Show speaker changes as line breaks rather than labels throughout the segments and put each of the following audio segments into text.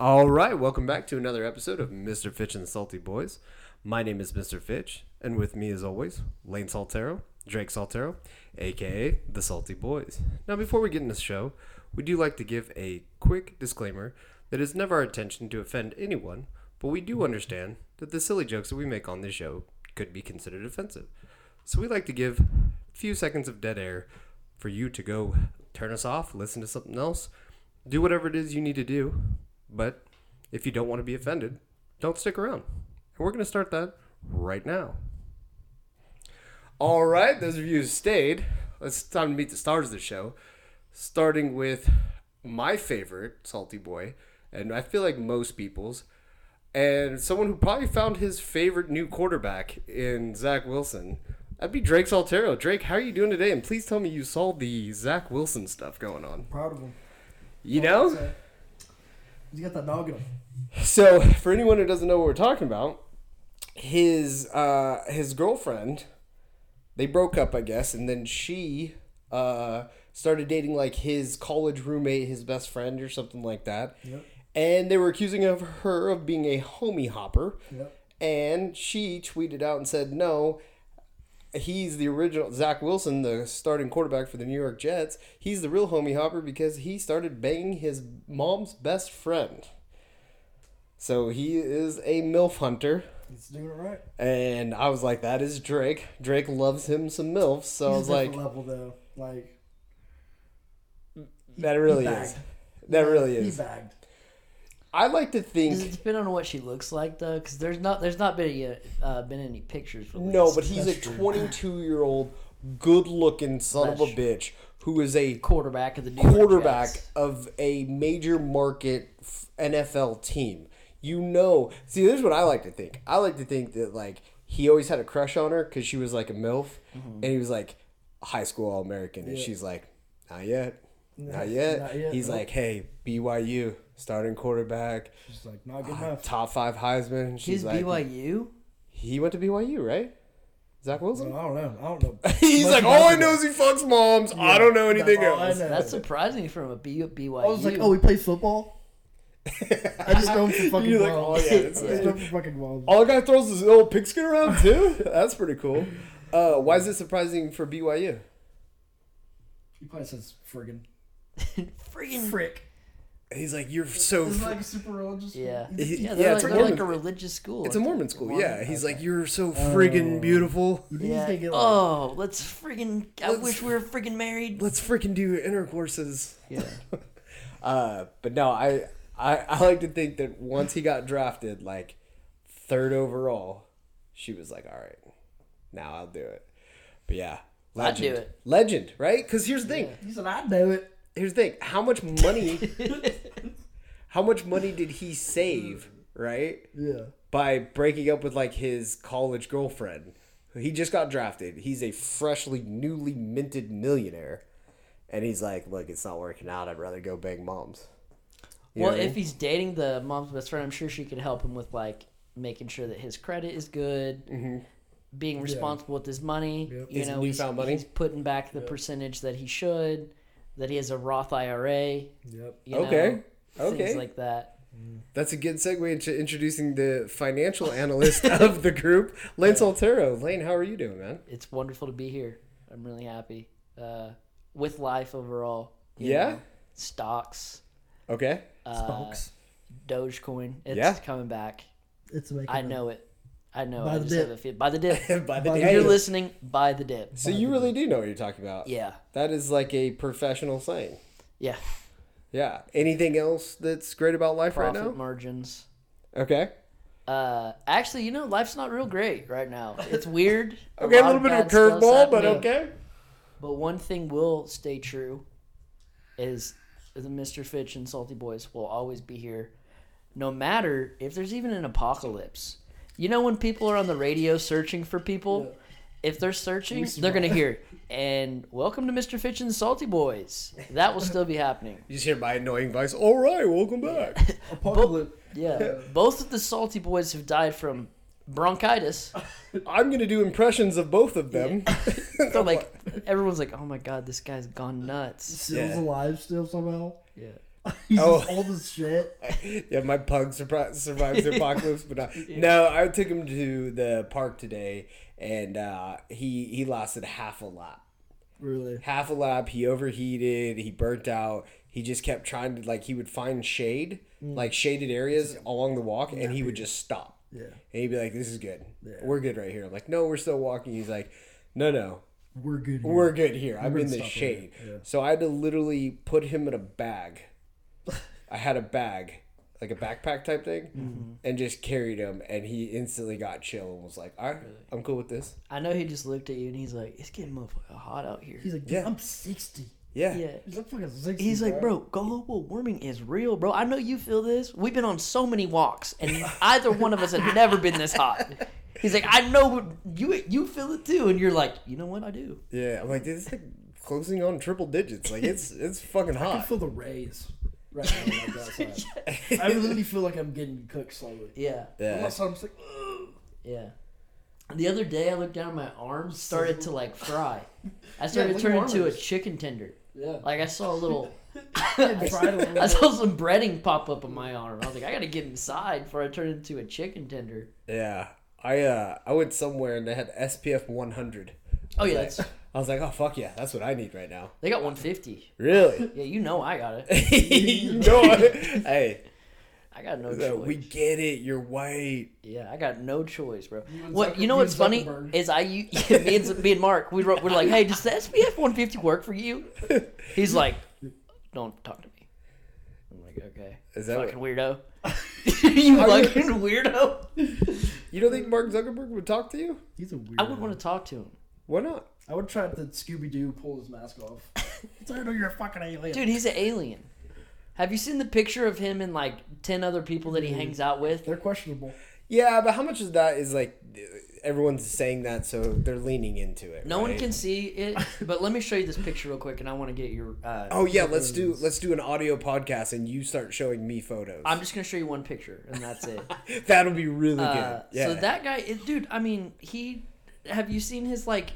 All right, welcome back to another episode of Mr. Fitch and the Salty Boys. My name is Mr. Fitch, and with me, as always, Lane Saltero, Drake Saltero, aka the Salty Boys. Now, before we get into the show, we do like to give a quick disclaimer that it's never our intention to offend anyone, but we do understand that the silly jokes that we make on this show could be considered offensive. So we like to give a few seconds of dead air for you to go turn us off, listen to something else, do whatever it is you need to do. But if you don't want to be offended, don't stick around. And we're going to start that right now. All right, those of you who stayed, it's time to meet the stars of the show. Starting with my favorite, Salty Boy, and I feel like most people's, and someone who probably found his favorite new quarterback in Zach Wilson. That'd be Drake Saltero. Drake, how are you doing today? And please tell me you saw the Zach Wilson stuff going on.
Proud of him.
You know?
So, He's got that dog in him.
So, for anyone who doesn't know what we're talking about, his uh, his girlfriend, they broke up, I guess, and then she uh, started dating like his college roommate, his best friend, or something like that.
Yep.
And they were accusing of her of being a homie hopper.
Yep.
And she tweeted out and said, "No, he's the original Zach Wilson, the starting quarterback for the New York Jets. He's the real homie hopper because he started banging his mom's best friend. So he is a milf hunter."
He's doing it right.
And I was like, that is Drake. Drake loves him some MILFs. So I
He's
was
a
like,
different level though. Like
that really
he
is.
bagged.
That really
he
is.
bagged.
I like to
Does it
think,
depend on what she looks like though? Because there's not there's not been any, uh, been any pictures. Released.
no, but he's a
That's true.
22 year old, good looking son of a
That's
bitch who is a
quarterback of the New York
quarterback
Jets.
of a major market f- NFL team. You know, see, this is what I like to think. I like to think that like he always had a crush on her because she was like a milf,
Mm-hmm.
and he was like a high school all American, and she's like, not yet, not yet.
not yet,
He's
nope.
like, hey, BYU starting quarterback,
He's like not good enough.
top five Heisman. and She's
He's
like,
BYU.
he went to BYU, right? Zach
I
Wilson.
don't know. I don't know.
He's
Much
like, all I
about
know
it.
is he fucks moms. I don't know
that's
anything
all I
else.
know.
That's surprising from a B- BYU.
I was like, oh, he plays football. I just know him for fucking
You're like, oh,
wild.
yeah, it's
I just know him for fucking wild.
All guy throws his little pigskin around too. That's pretty cool. Uh, why is it surprising for BYU?
He probably says friggin'
freaking.
frick.
He's like, you're so.
Is like a super religious?
yeah,
He-
yeah,
yeah,
they're,
it's
like,
a
they're like
Mormon-
a religious school.
it's a Mormon Oh. school. Yeah, he's like, you're so friggin' beautiful.
You think he's
Yeah.
gonna get like,
Oh, let's friggin'. I
Let's-
wish we were friggin' married.
Let's freaking do intercourses.
Yeah.
Uh, but no, I, I I like to think that once he got drafted, like third overall, she was like, all right, now I'll do it. But yeah,
I'd
legend,
do it.
legend, right? Because here's the thing.
he said I know it.
here's the thing how much money how much money did he save right
Yeah.
by breaking up with like his college girlfriend he just got drafted he's a freshly newly minted millionaire and he's like look it's not working out i'd rather go bang moms You know
well,
what I
if he's dating the mom's best friend, I'm sure she could help him with like making sure that his credit is good, being responsible with his money. You
Mm-hmm. His
know, he's,
newfound money.
he's putting back the percentage that he should, that he has a Roth IRA.
Yep.
You
Okay.
know,
Okay.
things like that.
that's a good segue into introducing the financial analyst of the group lane soltero lane how are you doing man
It's wonderful to be here. I'm really happy uh, with life overall. you
yeah,
know, stocks,
okay
Stocks.
Dogecoin. It's
Yeah.
coming back.
It's making.
I know it. I know.
By
I
the
just
dip.
have a feel. By the dip. if
by the
By the
day
you're listening, buy the dip.
so you really do know what you're talking about
Yeah.
that is like a professional saying
Yeah.
Yeah. Anything else that's great about life
Profit
right now?
margins.
okay.
Uh, actually, you know, life's not real great right now. It's weird.
Okay, a
lot
little bit of a
bad stuff's
curveball, but
happening.
okay.
But one thing will stay true is the Mr. Fitch and Salty Boys will always be here, no matter if there's even an apocalypse. You know when people are on the radio searching for people, if they're searching, they're gonna hear and welcome to Mr. Fitch and Salty Boys. That will still be happening.
You just hear my annoying voice. All right, welcome back.
Apocalypse.
Yeah, both of the Salty Boys have died from bronchitis.
I'm gonna do impressions of both of them.
So like everyone's like, oh my god, this guy's gone nuts.
Stills
Yeah.
alive still somehow.
Yeah.
He's
Oh.
just old as shit.
yeah, my pug surpri- survives the apocalypse, but not. no, I took him to the park today, and uh, he he lasted half a lap.
Really.
Half a lap, he overheated, he burnt out. He just kept trying to like he would find shade,
Mm.
like shaded areas along the walk, and he would just stop.
Yeah.
And he'd be like, "This is good.
Yeah.
We're good right here." I'm like, "No, we're still walking." He's like, "No, no,
We're good. here.
we're good here. I'm
Mm. We're
in
gonna
the
stop
shade.
right here. Yeah.
So I had to literally put him in a bag. I had a bag, like a backpack type thing,
Mm-hmm.
and just carried him. And he instantly got chill and was like, all right, I'm cool with this.
I know he just looked at you and he's like, "It's getting motherfucking hot out here."
He's like, dude,
Yeah.
I'm 60.
Yeah.
yeah.
He's like fucking 60.
He's like, bro, global warming is real, bro. I know you feel this. We've been on so many walks, and either one of us had never been this hot. He's like, I know you you feel it too, and you're like, you know what, I do.
Yeah. I'm like, this is like closing on triple digits. Like, it's it's fucking
I can
hot.
feel the rays right now. when I go outside. I literally feel like I'm getting cooked slowly.
Yeah,
Yeah.
Outside, I'm just like, "Ugh."
yeah. The other day, I looked down, and my arms started to like fry. I started
look
to turn
at
into a
arms.
chicken tender.
yeah.
Like I saw a little,
I tried a little
I saw some breading pop up on my arm. I was like, I gotta get inside before I turn into a chicken tender.
Yeah. I uh I went somewhere and they had SPF 100.
Oh yeah,
Like,
that's,
I was like, oh fuck yeah, that's what I need right now.
they got 150.
Really?
Yeah, you know I got it.
you know what? Hey,
I got no
no,
choice.
we get it. You're white.
Yeah, I got no choice, bro.
and
What
Zucker-
you know?
you
What's
and
funny
Zuckerberg.
is I u- me and me and Mark we wrote, we're like, hey, does the SPF 150 work for you? He's like, don't talk to me. I'm like, okay,
Is that
fucking
what,
weirdo. you fucking weirdo.
you don't think Mark Zuckerberg would talk to you?
He's a weird.
I would want to talk to him,
Why not?
I would try to Scooby Doo pull his mask off. It's like, I know you're a fucking alien.
dude. He's an alien. Have you seen the picture of him and like ten other people that he
Mm-hmm.
hangs out with?
They're questionable.
Yeah, but how much of that is like everyone's saying that, so they're leaning into it.
No one
right?
can see it, but let me show you this picture real quick, and I want to get your. Uh,
Oh yeah, let's do let's do an audio podcast, and you start showing me photos.
I'm just gonna show you one picture, and that's it.
That'll be really
Uh,
good. Yeah.
So that guy, it- dude. I mean, he. Have you seen his like?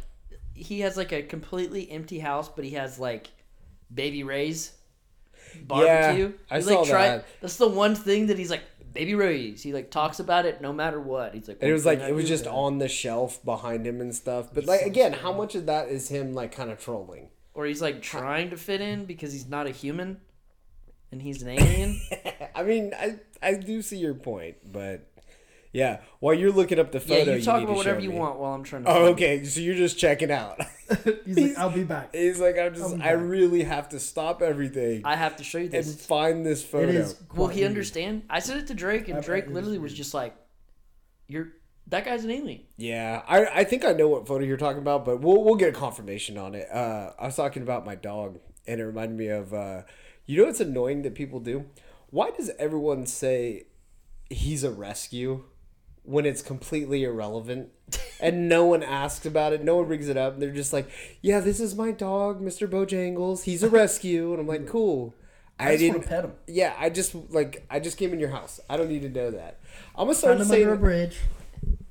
He has like a completely empty house, but he has like baby Ray's barbecue.
I
He,
saw
like, try-
that.
That's the one thing that he's like baby Ray's. He like talks about it no matter what. He's like,
And it was
"One
like
thing
it
I
was
do
just
that."
on the shelf behind him and stuff. But like again, how much of that is him like kind of trolling?
or he's like trying to fit in because he's not a human, and he's an alien.
I mean, I I do see your point, but yeah, while you're looking up the
yeah,
photo,
you talk
need
about
to
whatever
show
you
me.
want while I'm trying to.
Oh,
find it.
okay. So you're just checking out.
He's like, I'll be back.
He's like, I'm just, I really have to stop everything
I have to show you
and
this.
find this
It
photo.
is. quite
Will he
weird.
understand? I said it to Drake, and
bet
Drake
it is
literally was
weird.
just like, "You're that guy's an alien."
Yeah, I, I think I know what photo you're talking about, but we'll we'll get a confirmation on it. Uh, I was talking about my dog, and it reminded me of, uh, you know, it's annoying that people do. Why does everyone say he's a rescue when it's completely irrelevant? And no one asks about it. No one brings it up. They're just like, "Yeah, this is my dog, Mr. Bojangles. He's a rescue." And I'm like, "Cool." I,
I just want
didn't
to pet him.
Yeah, I just like I just came in your house. I don't need to know that. I'm gonna
Find
start
him
saying
under a bridge.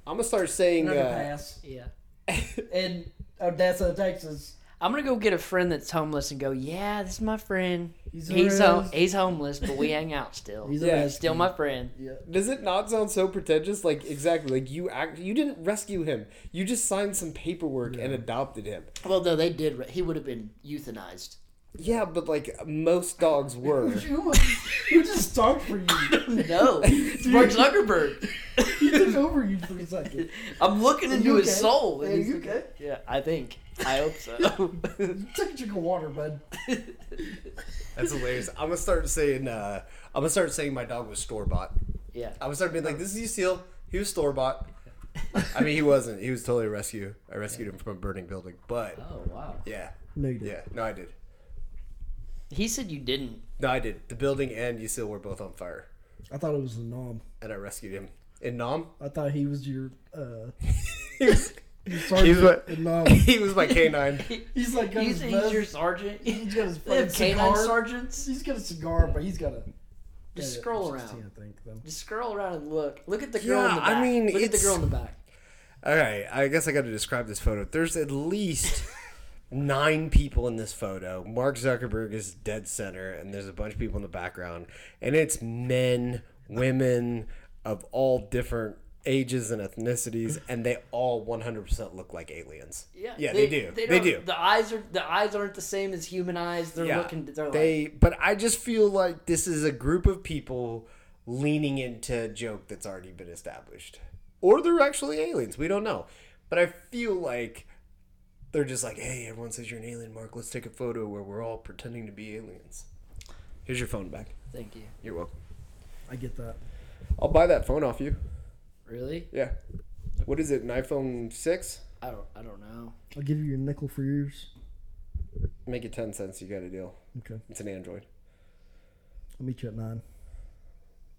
I'm gonna start saying uh,
Underpass.
Yeah,
In uh, Odessa, Texas.
I'm gonna go get a friend that's homeless and go, "Yeah, this is my friend.
He's
He's
a
he's, hom-
res-
he's homeless, but we hang out still.
He's
he's
a
Yeah.
rescue.
still my friend."
Yeah.
Does it not sound so pretentious? Like exactly, like you act, you didn't rescue him. You just signed some paperwork and adopted him.
Well, no, they did. Re- he would have been euthanized.
Yeah, but like most dogs were.
Who who just talked for you?
No, it's Mark Zuckerberg.
He took over you for a second.
I'm looking into
You
his
okay?
soul. and
Yeah,
he's
you
like-
okay?
Yeah, I think. I hope so.
Take a drink of water, bud.
That's hilarious. I'm gonna start saying, uh, I'm gonna start saying my dog was store bought.
yeah.
I'm gonna start being like, this is Seal. He was store bought. I mean, he wasn't. He was totally a rescue. I rescued him from a burning building. But
Oh wow.
yeah,
No, you
yeah, no, I did.
He said you didn't.
No, I did. The building and Usil were both on fire,
I thought it was a nom.
and I rescued him. In Nam,
I thought he was your uh,
he was,
sergeant. He's
what-
nom.
he was my canine.
He's like got
He's,
his
he's
vest.
your sergeant.
He's got his
They
fucking
have canine
cigar.
sergeants.
He's got a cigar, but he's got a.
Just
yeah,
scroll
16,
around.
I think. Then.
Just scroll around and look. Look at the girl in the
Yeah, I
back.
mean,
look at
it's-
the girl in the back.
All right, I guess I got to describe this photo. There's at least nine people in this photo. Mark Zuckerberg is dead center, and there's a bunch of people in the background, and it's men, women of all different ages and ethnicities, and they all 100% look like aliens. yeah, they, do. They,
don't-
do.
The eyes are the eyes aren't the same as human eyes. They're
yeah,
looking. They're like,
they. but I just feel like this is a group of people leaning into a joke that's already been established, or they're actually aliens. We don't know, but I feel like they're just like, hey, everyone says you're an alien, Mark. Let's take a photo where we're all pretending to be aliens. Here's your phone back.
thank you.
You're welcome.
I get that.
I'll buy that phone off you.
Really?
Yeah. What is it? An iPhone six?
I don't. I don't know.
I'll give you your nickel for yours.
Make it ten cents. You got a deal.
Okay.
It's an Android.
I'll meet you at nine.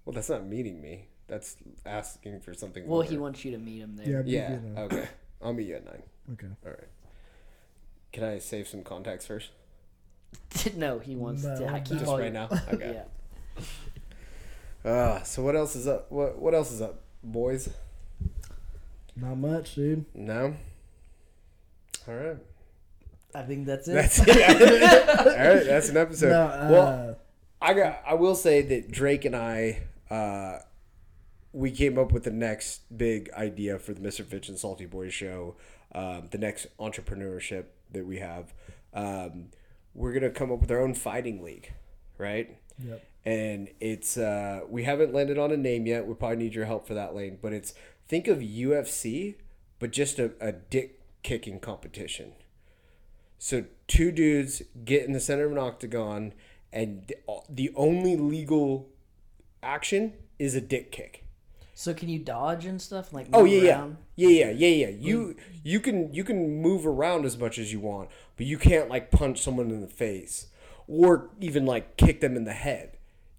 Well, that's not meeting me. That's asking for something.
Well,
more.
he wants you to meet him there.
Yeah. I'll meet you
Yeah.
at nine.
Okay. I'll meet you at nine.
Okay.
All right. Can I save some contacts first?
no, he wants to.
No.
I
Just
keep
Just
all
right
your-
now.
Yeah.
Okay. Uh, so what else is up? What What else is up, boys?
Not much, dude.
No. All right.
I think that's it.
That's it. All right. That's an episode.
no, uh,
well, I got. I will say that Drake and I, uh, we came up with the next big idea for the Mr. Fitch and Salty Boys show, um, the next entrepreneurship that we have. Um, we're gonna come up with our own fighting league, right?
Yep.
And it's uh, we haven't landed on a name yet. We probably need your help for that, Lane. But it's think of UFC, but just a, a dick kicking competition. So two dudes get in the center of an octagon, and th- uh, the only legal action is a dick kick.
So can you dodge and stuff? Like
Oh
move
yeah, yeah,
around? Mm.
yeah, yeah, yeah, yeah. You you can you can move around as much as you want, but you can't like punch someone in the face or even like kick them in the head.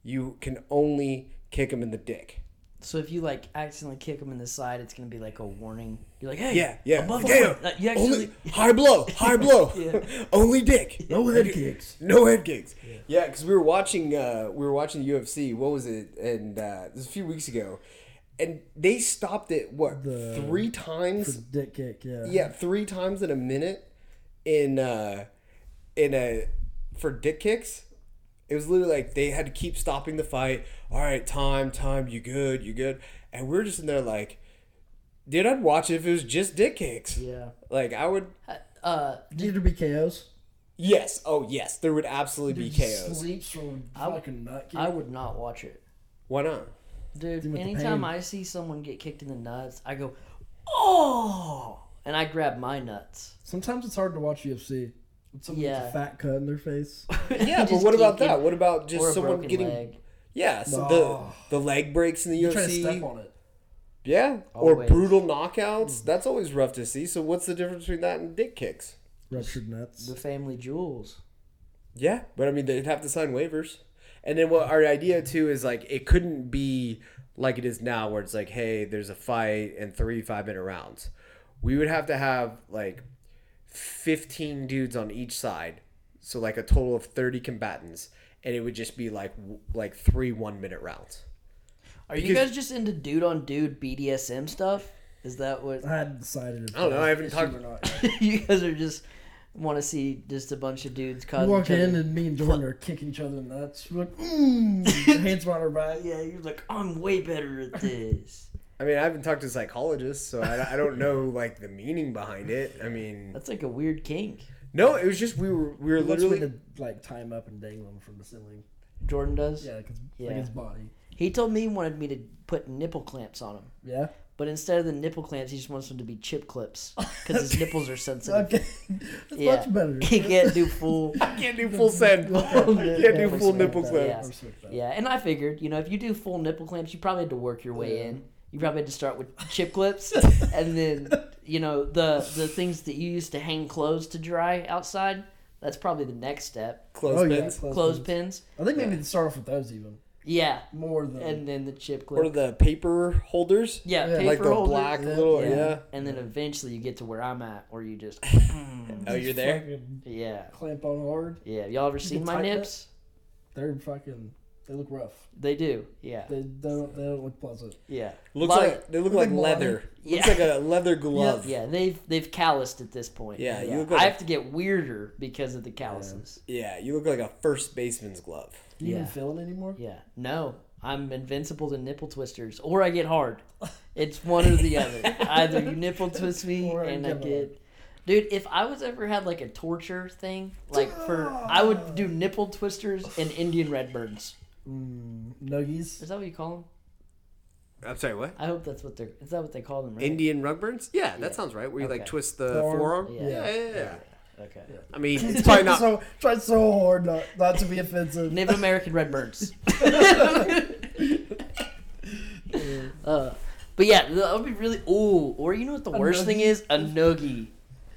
You can only kick them in the dick.
So if you like accidentally kick him in the side, it's gonna be like a warning. You're like, hey,
Yeah, yeah.
above
Like,
a foot.
damn,
Like, you actually,
only high blow, high blow.
Yeah.
only dick.
No head kicks.
No head gigs. Yeah, because we were watching uh, we were watching UFC. What was it? And uh, it was a few weeks ago, and they stopped it what
The-
three times?
Dick kick, yeah.
yeah, three times in a minute in uh, in a for dick kicks. It was literally like they had to keep stopping the fight. All right, time, time. You good? You good? And we are just in there like, dude, I'd watch it if it was just dick kicks.
yeah.
Like I would.
Uh,
Need to be KOs.
Yes. Oh yes. There would absolutely be KOs.
Sleeps from fucking nut kick.
I would not watch it,
Why not?
dude.
with the
Anytime
pain.
I see someone get kicked in the nuts, I go, oh, and I grab my nuts.
Sometimes it's hard to watch UFC. When someone gets
Yeah.
a fat cut in their face.
Yeah, but
Just
what about
kicking
that? What about
or
just
a
someone
broken
getting
leg.
yeah, so
No.
the the leg breaks in the
You try to step
UFC,
on it.
yeah,
Always.
or brutal knockouts. That's always rough to see. So what's the difference between that and dick kicks?
Ruptured nuts.
the family jewels.
Yeah, but I mean they'd have to sign waivers. And then what our idea too is like it couldn't be like it is now where it's like hey there's a fight and three five minute rounds. We would have to have like fifteen dudes on each side, so like a total of thirty combatants, and it would just be like w- like three one minute rounds.
Are you
Because-
guys just into dude on dude BDSM stuff? Is that what
I hadn't decided if
I don't know. I haven't talked.
or not. yet.
you guys are just want to see? Just a bunch of dudes
You
causing
walk
each other-
in and me and Jordan are kicking each other in the nuts. We're like, mmm. hands behind our back.
yeah, you're like I'm way better at this.
I mean, I haven't talked to psychologists, so I, I don't know like the meaning behind it. I mean,
That's like a weird kink.
no, it was just we were we were
He wants me
literally
to like tie him up and dangle him from the ceiling.
Jordan does.
Yeah, like his,
Yeah.
Like his body.
He told me he wanted me to put nipple clamps on him,
Yeah.
but instead of the nipple clamps, he just wants them to be chip clips because his nipples are sensitive.
Okay. That's
Yeah.
much better.
He can't do full.
I can't do full send. I can't do full nipple clamp.
Yeah. Yeah, and I figured, you know, if you do full nipple clamps, you probably had to work your way in. You probably had to start with chip clips, and then you know the the things that you use to hang clothes to dry outside. That's probably the next step.
Oh,
Close
yeah.
pins Mm.
Clothespins,
I think maybe to start off with those even.
yeah,
More than.
and then the chip
or
clip,
the paper holders.
yeah,
yeah.
paper
like the
holders.
black little. Yeah.
and then eventually you get to where I'm at, where you just,
Oh, you're there.
Fucking
yeah,
Clamp on hard.
yeah. Y'all ever seen my
tighten it?
nips?
They're fucking. They look rough.
They do. Yeah.
They, they, don't, they don't look pleasant.
Yeah.
Looks
Lot-
like, they look like
like
leather.
Yeah.
Looks like a leather glove.
Yeah, they've they've calloused at this point.
Yeah, you look like
I
a-
have to get weirder because of the calluses.
Yeah, you look like a first baseman's glove.
Do you
Yeah.
even feel it anymore?
Yeah. No, I'm invincible to nipple twisters, or I get hard. It's one or the other. Either you nipple twist me,
Or I
and I
get
get. Dude, if I was ever had like a torture thing, like for I would do nipple twisters and Indian redbirds.
Mm, nuggies.
Is that what you call them?
I'm sorry, what?
I hope that's what they're. Is that what they call them? Right?
Indian rug burns? Yeah, that
Yeah.
sounds right. Where you like
Okay.
twist the
Forearm.
forearm?
Yeah.
Yeah. Yeah, yeah, yeah.
Okay.
I mean,
He
it's probably
tried
not.
so tried so hard not, not to be offensive.
Native American redbirds. uh, but yeah, that would be really. Ooh, or you know what the
A
worst thing
noogie.
is? A noogie.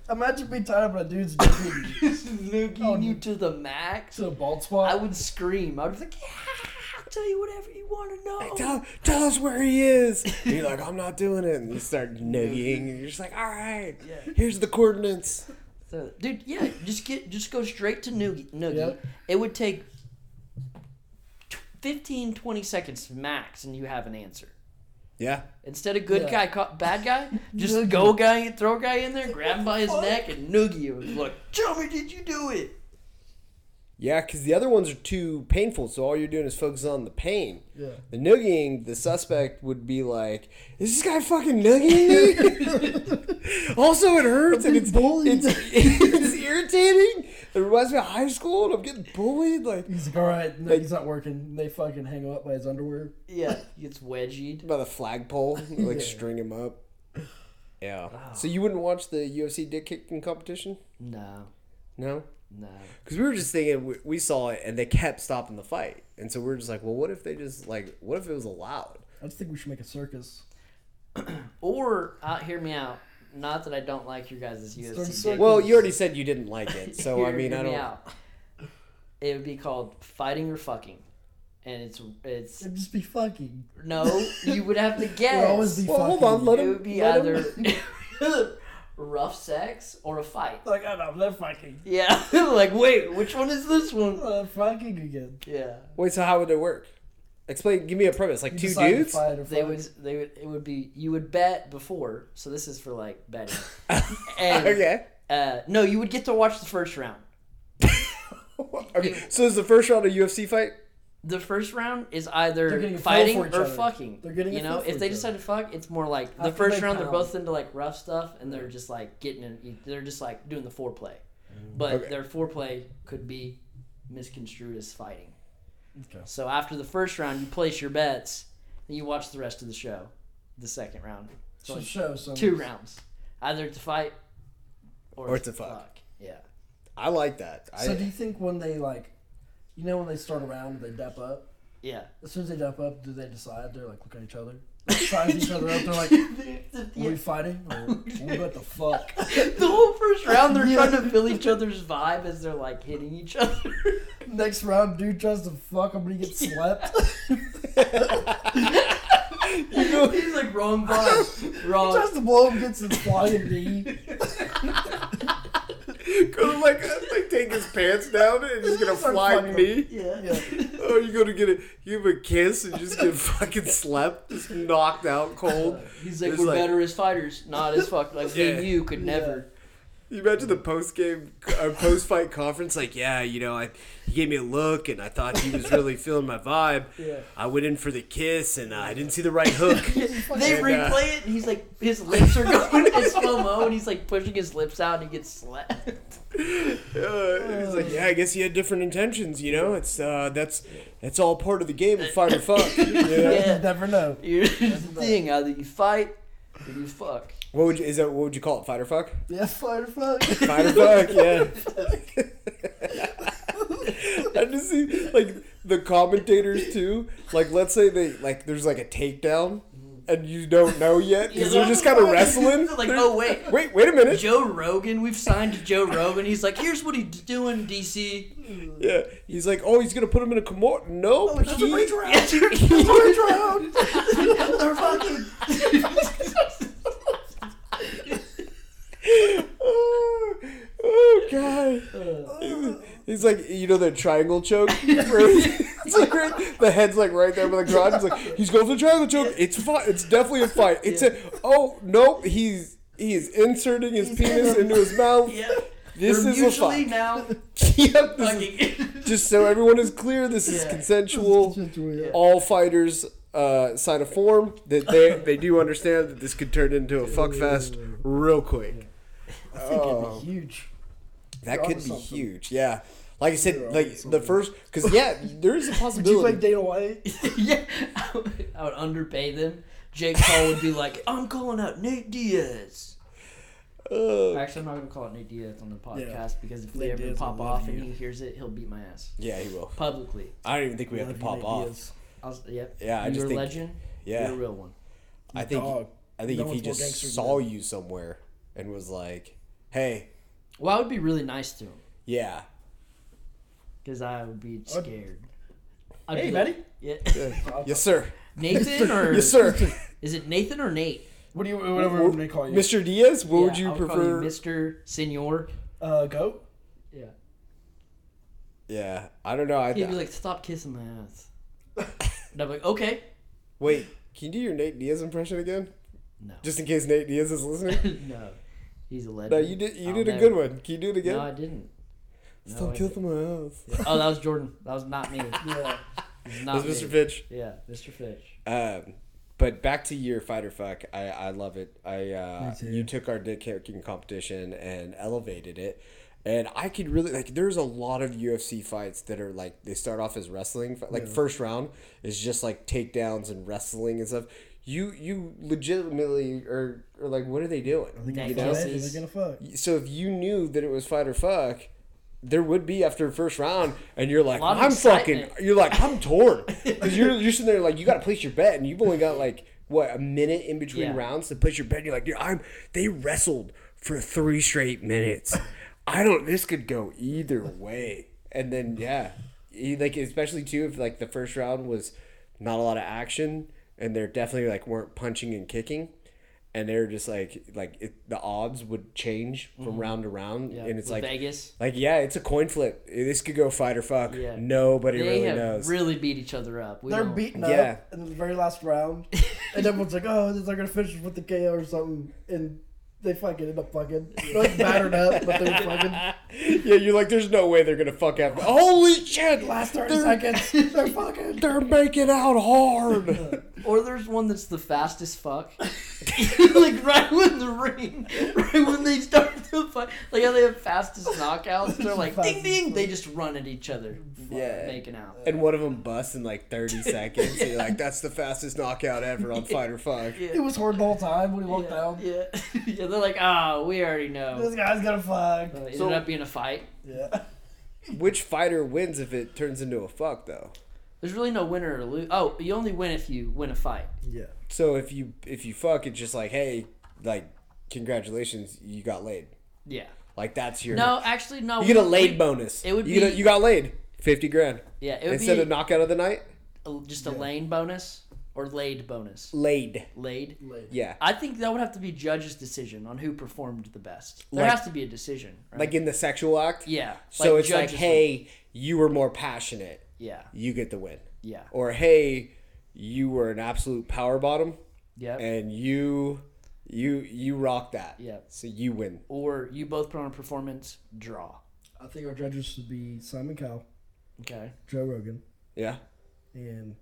Imagine being tied up in a dude's nuggie
Noogieing
Oh,
you
noogie.
to the max.
to a bald
I
spot.
would scream. I would be like, yeah, I'll tell you whatever you want to know.
Tell, tell us where he is. And you're like, I'm not doing it. And you start noogieing. And you're just like, all right,
Yeah.
here's the coordinates.
So, dude, yeah, just get, just go straight to noogie. noogie.
Yeah.
It would take tw- 15, 20 seconds max, and you have an answer.
Yeah.
Instead of good
Yeah.
guy, caught bad guy, just
Noogie.
go guy, throw guy in there, grab him by his
Fuck.
neck, and noogie him. It's Like, tell me, did you do it?
Yeah, because the other ones are too painful, so all you're doing is focus on the pain.
Yeah.
The noogieing, the suspect would be like, "Is this guy fucking noogieing me?" also, it hurts and
being
it's,
bullied.
it's it's irritating. It reminds me of high school, and I'm getting bullied. Like
He's like, all right, nuggies not working. And They fucking hang him up by his underwear.
Yeah, he gets wedgied.
by the flagpole, like
Yeah.
string him up. Yeah. So you wouldn't watch the UFC dick kicking competition?
No,
No.
no.
Because we were just thinking, we, we saw it, and they kept stopping the fight, and so we are just like, well, what if they just like, what if it was allowed?
I just think we should make a circus.
Or, uh, hear me out. Not that I don't like your guys' UFC.
Start
dick.
Well, you already said you didn't like it, so I
Hear-
mean,
hear
I
me
don't.
out. It would be called fighting or fucking, and it's it's
It'd just be fucking.
no. You would have to
It'd always
guess.
be
Well,
fucking.
hold on, let
It
him.
would be
let him-
either rough sex or a fight.
Like, I don't know, fucking.
Yeah, like wait, which one is this one?
Uh, fucking again.
Yeah.
Wait, so how would it work? Explain. Give me a premise. Like two
You decide to
dudes.
fight or
They
fuck.
would, they would, it would be, you would bet before, so this is for like betting. And,
Okay.
Uh, no, you would get to watch the first round.
Okay. So is the first round a UFC fight?
The first round is
They're
either
getting a feel
fighting
for each
or
other.
fucking.
They're getting
you
a
know,
feel for
if they
each
decide to fuck, it's more like the
After
first
they
round. They're
pound.
both into like rough stuff, and they're just like getting, in, e, they're just like doing the foreplay, but
Okay.
their foreplay could be misconstrued as fighting.
Okay.
So after the first round, you place your bets, and you watch the rest of the show. The second round, so
Should
it's
show some.
two rounds, either to fight or,
Or to fuck.
Yeah.
I like that. I,
So do you think when they like, you know, when they start around, they dap up.
Yeah.
As soon as they jump up, do they decide? They're like, look at each other. Size each other up. They're like, are we
Yeah.
fighting? Or what the fuck?
The whole first round, they're
Yeah.
trying to feel each other's vibe as they're like hitting each other.
Next round, dude tries to fuck. I'm gonna get slept.
He's like wrong vibe,
He
wrong.
tries to blow him, gets his flying knee.
go to like, like take his pants down and just get a
Start
flying
fucking
knee?
Yeah.
Yeah.
Oh, you go to get a you have a kiss and just get fucking slept, just knocked out cold.
He's like,
It's
we're
like-
better as fighters, not as fuck. Like me and
Yeah.
you could never.
You imagine the post game, uh, post fight conference, like, yeah, you know, I he gave me a look and I thought he was really feeling my vibe.
Yeah.
I went in for the kiss and uh, I didn't see the right hook.
They
And, uh,
replay it, and he's like, his lips are going in slow mo, and he's like pushing his lips out, and he gets slapped.
Uh, he's like, yeah, I guess he had different intentions, you know. It's uh, that's that's all part of the game of fight or fuck. you know?
Yeah.
You never know.
Here's the thing: either you fight or you fuck.
What would you, is that? What would you call it? Fight or fuck?
Yeah, fight or fuck.
Fight or fuck? Yeah. I just see like the commentators too. Like, let's say they like there's like a takedown, and you don't know yet because they're just kind of wrestling.
They're like,
They're-
oh wait,
Wait, wait a minute.
Joe Rogan. We've signed Joe Rogan. He's like, here's what he's doing, DC.
Yeah, he's like, oh, he's gonna put him in a commode. No, nope.
That's Oh, a
he-
bridge round.
Oh, That's your
Bridge round. They're fucking.
oh, oh god. He's like, you know, the triangle choke. Where it's like, right- the head's like right there by the garage. It's like he's going for the triangle choke. It's fine. It's definitely a fight. It's a oh nope. He's he's inserting his penis into his mouth.
Yep.
This
They're
is a
mutually
fight.
now
Yep, this is-
fucking.
just so everyone is clear, this is
Yeah.
consensual. All fighters uh, sign a form that they they do understand that this could turn into a fuck fest real quick.
I think
Oh.
it'd be huge.
That
You're
could
onto
be
something.
huge. Yeah. Like I
You're
said,
onto
like the
something.
first, because yeah, there is a
Would you play
possibility.
Dana White?
yeah, I would, I would underpay them. Jake Paul would be like, "I'm calling out Nate Diaz."
Uh,
Actually, I'm not gonna call it Nate Diaz on the podcast because if we
Nate
ever
Diaz, I
pop
love
off and
you.
he hears it, he'll beat my ass
yeah, he will.
publicly.
I don't even think we have to
Love you,
pop
Nate
off.
Diaz.
I was, yep.
Yeah, I
you're
just
a
think-
legend. You're a
Yeah,
real one.
I think
Dog.
I think
No
if he
one's more
just
gangster than
saw you somewhere and was like, "Hey,
Well, I would be really nice to him
yeah,
because I would be scared. I'd
Hey,
be
buddy.
like- Yeah.
yes sir,
Nathan or
yes sir,
is it Nathan or Nate?
What do you? Whatever
Well,
they call you.
Mr. Diaz, what would
Yeah,
you
I call
prefer?"
Mr. Senor?
Uh, goat.
Yeah.
yeah, I don't know. I
He'd be like, "Stop kissing my ass." and I'm like, "Okay."
wait. Can you do your Nate Diaz impression again,
No.
just in case Nate Diaz is listening?
no. He's a legend.
No, you did. You
I'll
did a
never-
good one. Can you do it again?
No, I didn't. No,
Stop
I
kissing my ass.
didn't. Oh, that was Jordan. That was not me.
Yeah.
It was
That's
not
Mr.
me.
Fitch.
Yeah, Mr. Fitch.
Um, but back to your fight or fuck. I, I love it. I uh,
Me too.
you took our dick kicking competition and elevated it. And I could really like. There's a lot of UFC fights that are like they start off as wrestling. fi- Like first round is just like takedowns and wrestling and stuff. You you legitimately are, are like what are they doing?
Neck
You know?
They're
kisses.
gonna fuck.
So if you knew that it was fight or fuck, there would be after first round, and you're like,
lot of
I'm fucking.
excitement.
You're like, I'm torn because you're you're sitting there like you got to place your bet, and you've only got like what a minute in between
Yeah.
rounds to place your bet. You're like, dude, I'm. They wrestled for three straight minutes. I don't. This could go either way, and then yeah, you- like especially too if like the first round was not a lot of action, and they're definitely like weren't punching and kicking and they're just like like it, the odds would change from round to round
Mm-hmm. Yeah.
and it's like
with Vegas.
like yeah it's a coin flip this could go fight or fuck
Yeah.
nobody
They
really
have
knows
really beat each other up. We
They're
don't-
beaten
Yeah.
up in the very last round, and everyone's like, "Oh, they're gonna finish with the KO or something," and they fucking end up fucking. They're like battered up, but they're fucking.
yeah you're like there's no way they're gonna fuck out holy shit
Last thirty
they're,
seconds, they're fucking.
they're making out hard
Or there's one that's the fastest fuck. like right when the ring, right when they start the fight, like how they have fastest knockouts. They're like ding
Fastest
ding.
fuck.
They just run at each other,
Yeah.
making out.
and one of them busts in like 30 seconds and you're like that's the fastest knockout ever on fight or fuck
Yeah.
It was hard the whole time when he walked
yeah,
down.
yeah, yeah. They're like, ah, we already know.
This guy's gonna fuck.
Uh, it
So-
ended up being a fight.
Yeah.
which fighter wins if it turns into a fuck though
There's really no winner or lose. Oh, you only win if you win a fight.
Yeah.
so if you if you fuck it's just like hey like congratulations you got laid
Yeah.
Like that's your
No, actually, no.
You get a
we-
laid
we-
bonus.
it would
you get a-
be-
you got laid fifty grand
Yeah, it would
instead
be
of knockout of the night.
a- just a lane bonus or laid bonus.
Laid.
Laid.
Yeah.
I think that would have to be judge's decision on who performed the best. There
Like-
has to be a decision, right?
Like in the sexual act.
yeah.
So it's like,
judges would-
hey, you were more passionate.
yeah,
You get the win.
yeah,
Or hey, you were an absolute power bottom,
yeah,
and you, you, you rock that.
yeah.
So you win.
Or you both put on a performance draw.
I think our judges should be Simon Cowell,
Okay.
Joe Rogan,
Yeah.
and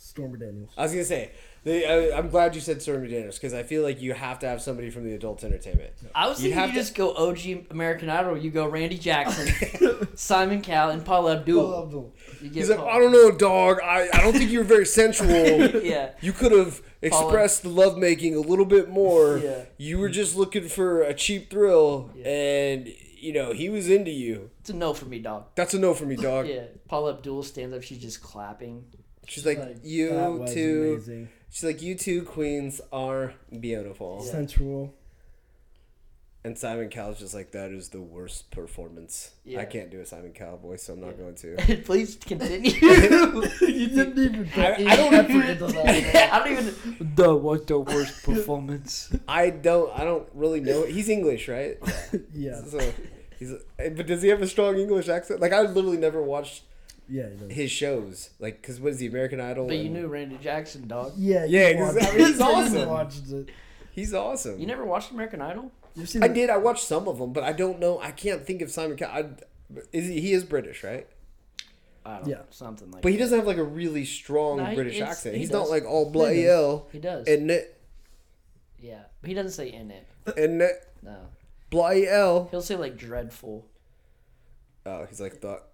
Stormy Daniels.
I was gonna say, they, I, I'm glad you said Stormy Daniels because I feel like you have to have somebody from the adult entertainment.
I was
You'd
thinking you
have to-
just go OG American Idol. You go Randy Jackson, Simon Cowell, and Paul Abdul.
Paul Abdul.
You get
He's like,
Paul-
I don't know, dog. I, I don't think you were very sensual.
Yeah.
You could have expressed the lovemaking a little bit more.
Yeah.
You were just looking for a cheap thrill,
Yeah.
and you know he was into you.
It's a no for me, dog.
That's a no for me, dog.
Yeah. Paul Abdul stands up. She's just clapping.
She's like,
Like, that
you
was
two.
amazing.
She's like, you two queens are beautiful.
Sensual.
And Simon Cowell's just like, that is the worst performance.
Yeah.
I can't do a Simon Cowell voice, so I'm not
Yeah.
going to.
Please continue.
you didn't even.
I, I don't have to.
I don't even. The what the worst performance?
I don't. I don't really know. He's English, right?
Yeah.
eh, So he's, but does he have a strong English accent? Like I literally never watched
Yeah, he does.
his shows, like because what is he American Idol?
But you
and-
knew Randy Jackson, dog.
Yeah,
Yeah,
you watch
exactly.
it.
It's awesome.
You watched it.
he's awesome.
You never watched American Idol?
You've seen
I
the-
did. I watched some of them, but I don't know. I can't think of Simon. Cowell. I, is he, he is British, right?
I don't
Yeah.
something like
But he
that.
doesn't have like a really strong
No, he-
British
it's-
accent.
he
He's
does.
not like all bloody
does.
hell.
He does.
And it,
Yeah. But he doesn't say in it.
and it,
No.
bloody hell.
He'll say like dreadful.
Oh, he's like that.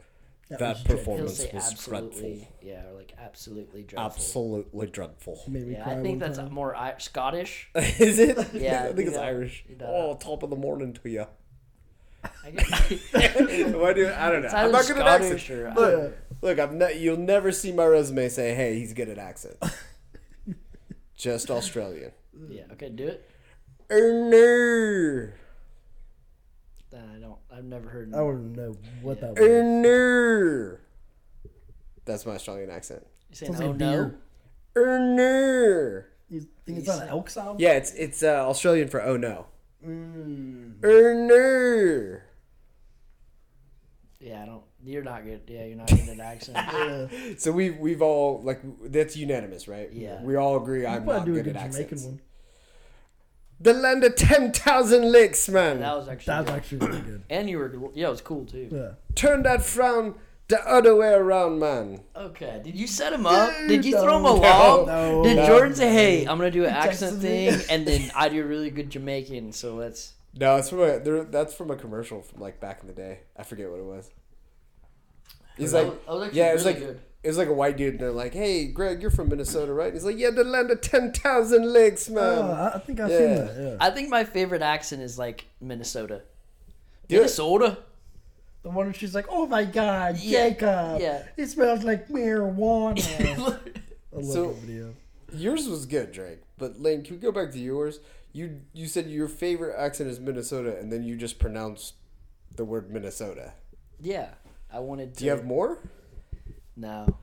That,
was dreadful.
He'll
performance
say
was
absolutely.
dreadful.
Yeah, or like absolutely dreadful.
Absolutely dreadful.
Made me
Yeah,
cry
I
one
think that's
time.
more I- Scottish.
is it?
Yeah,
I think it's
yeah.
Irish.
He does.
Oh, top of the morning to you.
I guess.
Why do I don't know.
It's
I'm
either
not good at
Scottish
accents.
or- uh, I
look, look, I've ne- you'll never see my resume say, "Hey, he's good at accents." Just Australian.
yeah. Okay. Do it.
Erner,
Nah, I don't. I've never heard.
I wouldn't know what
Eh,
that was.
Erner. That's my Australian accent.
You saying
Sounds
oh
like
no?
beer.
Erner.
You think it's on an elk sound?
Yeah, it's it's uh, Australian for "Oh no."
Mm.
Erner.
Yeah, I don't. You're not good. Yeah, you're not good at accents.
Yeah.
So we we've all like that's unanimous, right?
Yeah.
We all agree. I'm
Probably
not
do a
good
good
at
Jamaican
accents.
one.
The land of ten thousand licks, man.
That was actually.
That's
good.
actually really good.
And you were. Yeah, it was cool too.
Yeah.
Turn that frown the other way around, man.
Okay. Did you set him up? Did you
Dude,
throw him
no,
a wall?
no,
Did
no.
Jordan say, "Hey, I'm gonna do an
Jackson
accent thing,
did.
and then I do a really good Jamaican"? So let's.
No, it's from a there, that's from a commercial from like back in the day. I forget what it was. He's
That
like,
was- that was actually
yeah, it was
really
like
good.
it was like a white dude, and they're like, "Hey, Greg, you're from Minnesota, right?" And he's like, "Yeah, the land of ten thousand licks, man."
Oh, I- I think I've
yeah.
seen that. Yeah.
I think my favorite accent is like Minnesota.
Do it.
Minnesota.
The one where she's like, "Oh my God,
Yeah,
Jacob!
yeah.
it smells like marijuana." I love
So-
that video.
Yours was good, Drake. But Lane, can we go back to yours? You you said your favorite accent is Minnesota, and then you just pronounced the word Minnesota.
yeah, I wanted to.
Do you have more?
no.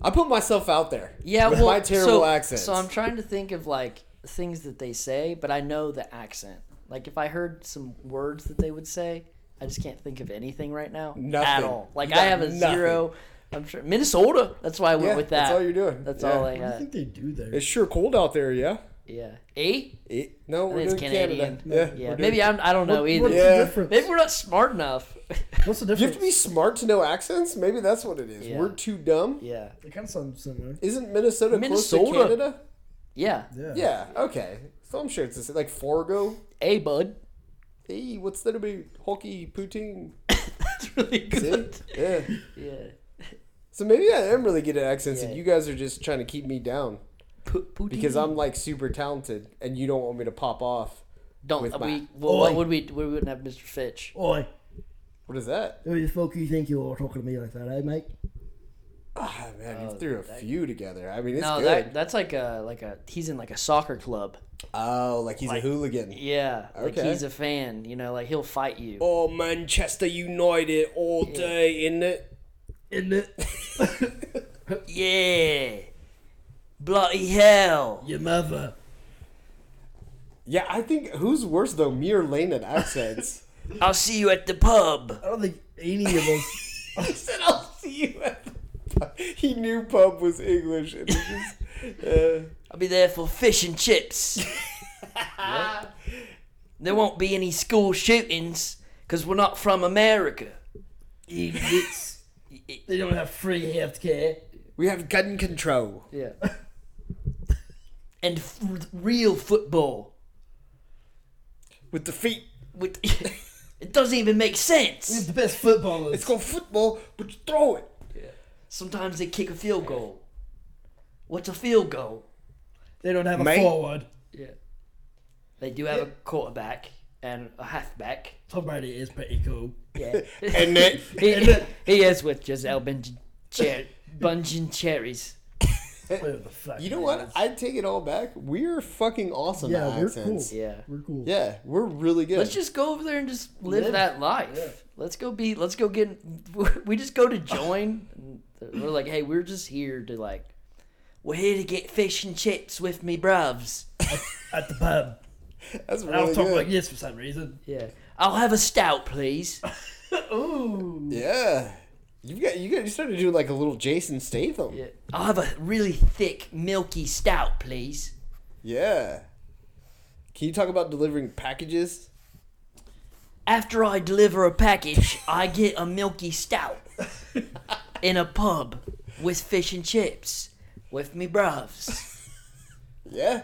I put myself out there.
Yeah,
with
well,
my terrible
so,
accents.
So I'm trying to think of like things that they say, but I know the accent. Like if I heard some words that they would say, I just can't think of anything right now at
Nothing.
all. Like
You got
I have a
nothing.
zero. I'm sure Minnesota. That's why I went
Yeah,
with that.
that's all you're doing.
That's
Yeah.
all I
What do you
had.
think they do there?
It's sure cold out there, yeah.
Yeah, eight.
Eh, no,
I
we're
think it's
doing Canada.
Canadian.
Yeah.
Yeah,
we're doing-
maybe I'm. I don't know
What-
either.
What's
Yeah.
the difference?
Maybe we're not smart enough.
What's the
You
difference?
have to be smart to know accents. Maybe that's what it is.
Yeah.
We're too dumb.
yeah,
They kind of sound similar.
Isn't Minnesota, close
Minnesota.
to Canada?
yeah.
Yeah.
Yeah. Okay. So I'm sure it's the same. like Fargo.
Hey, bud.
Hey, what's that about hockey poutine?
That's really
See?
good.
yeah.
Yeah.
So maybe I am really good at accents, and
Yeah.
you guys are just trying to keep me down
Pu- Putin.
because I'm like super talented, and you don't want me to pop off.
don't
with Oh.
uh,
my-
we well, what
Oi.
would we we wouldn't have Mr. Fitch.
Oi,
What is that?
who the fuck you think you are talking to me like that, eh, mate?
Ah, man,
Oh,
you threw a
that-
few together. I mean, it's
no,
good.
that that's like a like a he's in like a soccer club.
Oh, like he's a hooligan.
Yeah, like
Okay.
he's a fan. You know, like he'll fight you.
Oh, Manchester United all day, in it.
Isn't it?
Yeah, bloody hell.
Your mother.
Yeah, I think who's worse though, me or Lane at accents?
I'll see you at the pub.
I don't think any of us.
he said, "I'll see you." At the pub." He knew pub was English, and he just, uh,
I'll be there for fish and chips. There won't be any school shootings because we're not from America.
idiots. They don't have free healthcare.
we have gun control.
Yeah. and f- real football.
with the feet.
With- it doesn't even make
We have
sense.
the best footballers.
It's called football, but you throw it.
Sometimes they kick a field goal. What's a field goal?
They don't have a
Mate.
forward.
Yeah. They do have a quarterback and a halfback.
Tom Brady is pretty cool.
Yeah.
And then
he, he is with Giselle Bungin, Cher- Bungin Cherries.
Whatever the fuck.
you know
it
what?
is.
I take it all back. We're fucking awesome
Yeah,
at
we're
accents.
cool.
Yeah.
We're cool.
Yeah, we're really good.
Let's just go over there and just live,
Live.
that life. Let's go be. Let's go get. We just go to join. and we're like, hey, we're just here to like. We're here to get fish and chips with me, bruvs.
At the pub.
That's
And I
really
was talking
good.
like this for some reason.
Yeah. I'll have a stout, please.
Ooh.
yeah. You got you got you started doing like a little Jason Statham.
Yeah. I'll have a really thick, milky stout, please.
Yeah. Can you talk about delivering packages?
After I deliver a package, I get a milky stout in a pub with fish and chips with me bruvs.
Yeah.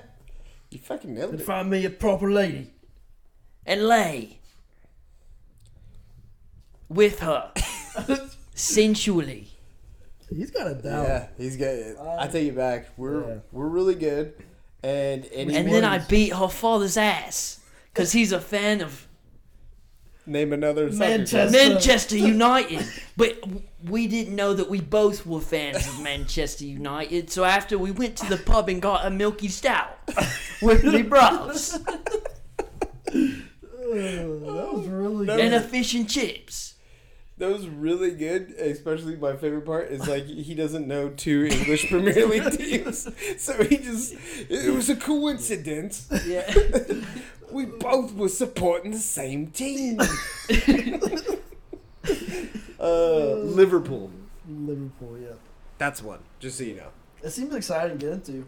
You fucking nailed
And
it.
find me a proper lady.
and lay with her sensually.
He's got it down.
Yeah, he's good. I take it back. We're
Yeah.
we're really good. And and,
And then I beat her father's ass because he's a fan of
name another soccer
Manchester.
club.
Manchester United. But w- we didn't know that we both were fans of Manchester United. So after we went to the pub and got a milky stout with me bros
Uh, that was really
and
good.
a fish and chips.
That was really good. Especially my favorite part is like he doesn't know two English Premier League teams, so he just it was a coincidence.
Yeah.
We both were supporting the same team. uh, Liverpool.
Liverpool, yeah.
That's one. Just so you know.
It seems exciting to get into.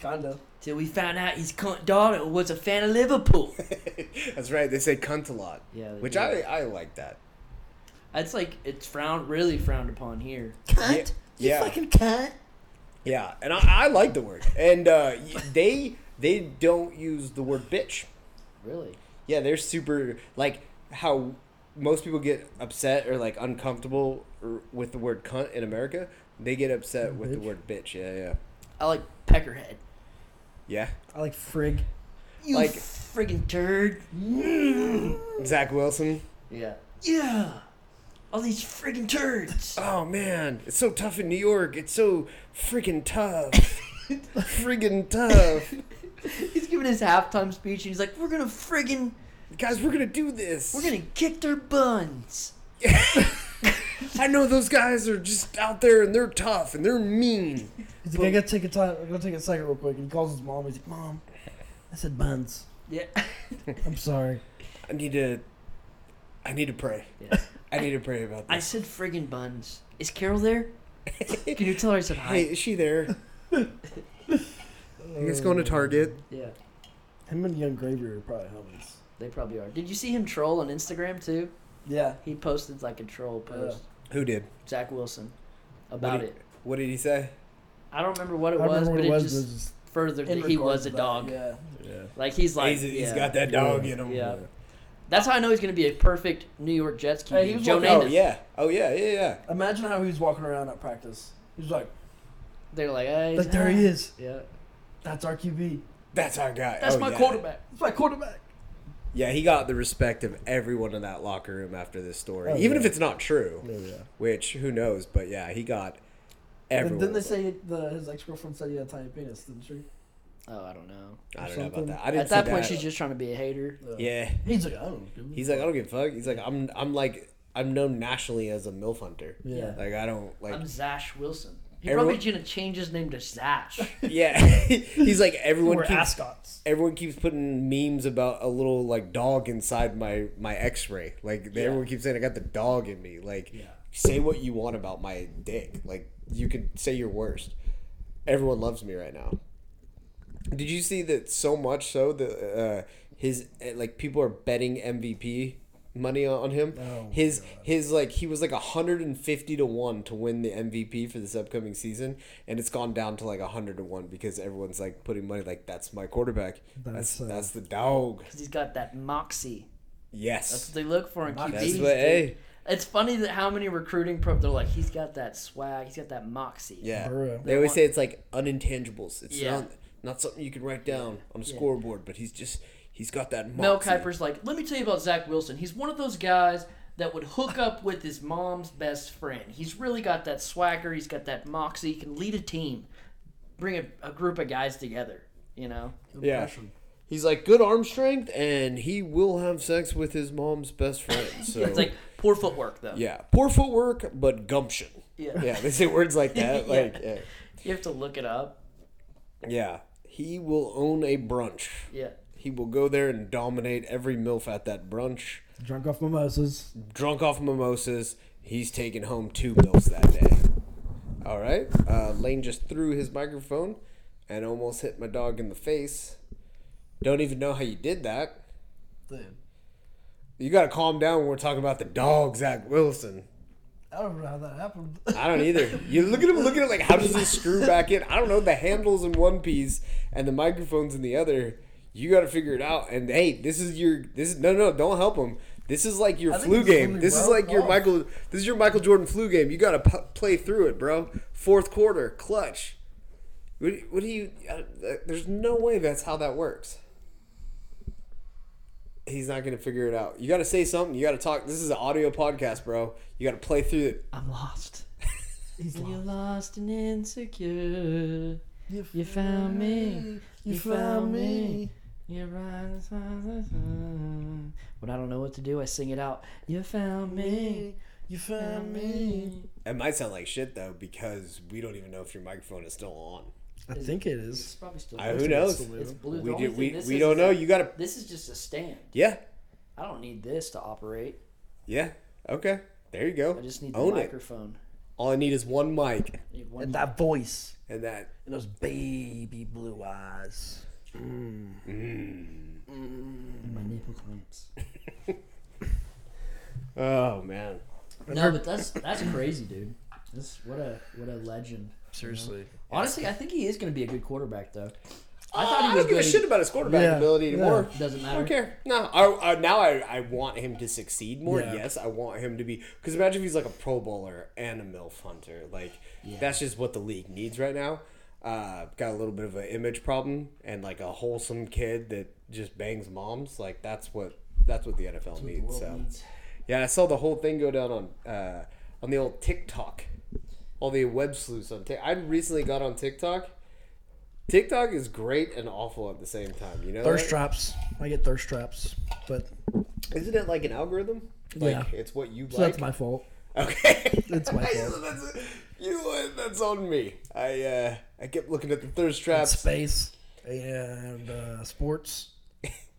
Kinda.
Till we found out his cunt daughter was a fan of Liverpool.
That's right. They say cunt a lot,
Yeah.
which I I like that.
That's like it's frowned really frowned upon here.
Cunt? You Yeah. fucking
cunt.
Yeah, and I, I like the word. And uh, y- they they don't use the word bitch.
Really?
Yeah, they're super like how most people get upset or like uncomfortable or, with the word cunt in America. They get upset with the
Bitch.
word bitch. Yeah, yeah,
I like peckerhead.
yeah.
I like frig.
You
Like-
friggin' turd.
Zach Wilson.
Mm. Yeah. Yeah. All these friggin' turds.
Oh man, it's so tough in New York. It's so freaking tough. friggin' tough,
He's giving his halftime speech and he's like, "We're gonna friggin',
guys. We're gonna do this.
we're gonna kick their buns."
I know those guys are just out there and they're tough and they're mean.
He's like, I gotta take a time. I gotta take a second real quick. And he calls his mom. He's like, Mom, I said buns.
Yeah.
I'm sorry.
I need to. I need to pray.
yeah.
I need to pray about
I
this.
said friggin' buns. Is Carol there? Can you tell her I said
hey,
hi?
is she there? you guys going to Target?
Yeah.
Him and Young Gravy are probably homies.
They probably are. Did you see him troll on Instagram too?
Yeah.
He posted like a troll post.
Who did?
Zach Wilson
What
about
did-
it.
What did he say?
I don't remember what it
I
was,
remember what
but it,
it was.
just
but it was just
furthered
in
that he was a
regards
dog.
to that,
Yeah.
Like he's like,
he's, he's
yeah.
got that dog in him.
Yeah. That's how I know he's gonna be a perfect New York Jets
Hey, he
QB.
was
Joe
like-
Namath.
Oh yeah. Oh yeah. Yeah yeah.
Yeah. Imagine how he was walking around at practice. He was like,
They're like, hey,
like there he is.
Yeah.
That's our QB.
That's our guy.
That's
Oh,
my
yeah.
quarterback.
That's my quarterback.
Yeah, he got the respect of everyone in that locker room after this story,
Oh,
even
yeah.
if it's not true.
There we are.
Which who knows? But yeah, he got everyone.
And then they say the, his ex girlfriend said he had a tiny penis, didn't she?
Oh, I don't know.
I don't know
something.
about that. I didn't
At
see
that point,
that.
she's just trying to be a hater.
yeah.
He's like, I don't know.
He's like, I don't give a fuck. He's like, I'm, I'm like, I'm known nationally as a milf hunter.
Yeah.
Like, I don't like.
I'm Zash Wilson. He
Everyone-
probably gonna change his name to Zash.
yeah. He's like, everyone
We're
keeps,
ascots.
everyone keeps putting memes about a little like dog inside my my X-ray. Like,
Yeah.
everyone keeps saying I got the dog in me. Like,
Yeah.
say what you want about my dick. Like, you could say your worst. Everyone loves me right now. Did you see that? So much so that uh, his uh, like people are betting MVP money on on him.
Oh,
his his like he was like hundred and fifty to one to win the MVP for this upcoming season, and it's gone down to like hundred to one because everyone's like putting money like that's my quarterback. That's
That's, uh,
that's, the dog.
Because he's got that moxie. That's
Yes,
what they look for in QBs.
that's
dude.
what. Hey,
It's funny that how many recruiting pro they're like, he's got that swag, he's got that moxie.
yeah.
For real.
They always say it's like unintangibles. It's
Yeah.
not not something you can write down on a scoreboard, but he's just he's got that.
Mel
moxie.
Kiper's like, let me tell you about Zach Wilson. He's one of those guys that would hook up with his mom's best friend. He's really got that swagger. He's got that moxie. He can lead a team, bring a, a group of guys together. You know,
Yeah.
Impression.
He's like good arm strength, and he will have sex with his mom's best friend. So
it's like poor footwork though.
yeah, poor footwork, but gumption.
Yeah.
yeah. They say words like that.
Yeah.
Like yeah.
You have to look it up.
yeah, he will own a brunch.
Yeah.
He will go there and dominate every milf at that brunch.
Drunk off mimosas.
Drunk off mimosas, He's taking home two bills that day. All right. Uh, Lane just threw his microphone and almost hit my dog in the face. Don't even know how you did that.
Dude,
You got to calm down when we're talking about the dog, Zach Wilson.
I don't know how that happened.
I don't either. You look at him, look at it like, how does this screw back in? I don't know. The handle's in one piece and the microphone's in the other. You got to figure it out. And hey, this is your this. Is, no, no, don't help him. This is like your
I think
flu
it's
game.
only
This is
well Oh.
like your
off.
Michael. This is your Michael Jordan flu game. You got to p- play through it, bro. Fourth quarter, clutch. What, do- what do you? Uh, there's no way that's how that works. He's not gonna figure it out. You got to say something. You got to talk. This is an audio podcast, bro. You got to play through it.
I'm lost.
He's
You're lost and insecure. You found me.
You found me.
You run as hard as I can. When I don't know what to do, I sing it out. You found me.
You
Found
found me.
me.
It might sound like shit though because we don't even know if your microphone is still on.
I think it is.
It's probably still.
I,
blue.
who knows?
It's blue.
We
The only
do,
thing
we,
this
we
is
don't
is
know.
a-
You gotta
This is just a stand.
yeah
I don't need this to operate.
yeah okay. There you go.
I just need the
Own it.
microphone.
All I need is one mic
I need one
And that voice.
and that.
And those baby blue eyes. Mm,
in my nipple clamps.
Oh man.
No, but that's that's crazy, dude. This what a what a legend.
Seriously.
Honestly, I think he is going to be a good quarterback, though. I
I Uh, I
thought he was
don't give
good.
a shit about his quarterback
Yeah,
ability
yeah.
anymore.
Doesn't
I don't
matter.
care. No, I, I, now I, I want him to succeed more.
Yeah.
Yes, I want him to be. Because imagine if he's like a Pro Bowler and a MILF hunter. Like, that's just what the league needs right now. Uh, got a little bit of an image problem and like a wholesome kid that just bangs moms. Like, that's what that's what the NFL needs.
world
so,
needs.
yeah, I saw the whole thing go down on uh, on the old TikTok. All the web sleuths on TikTok. I recently got on TikTok. TikTok is great and awful at the same time. You know,
Thirst
that?
traps. I get thirst traps. But
Isn't it like an algorithm? Like
Yeah.
it's what you
so
like.
that's my fault.
okay.
It's my fault.
That's- you know what? That's on me. I uh, I kept looking at the thirst traps,
Space and uh, sports.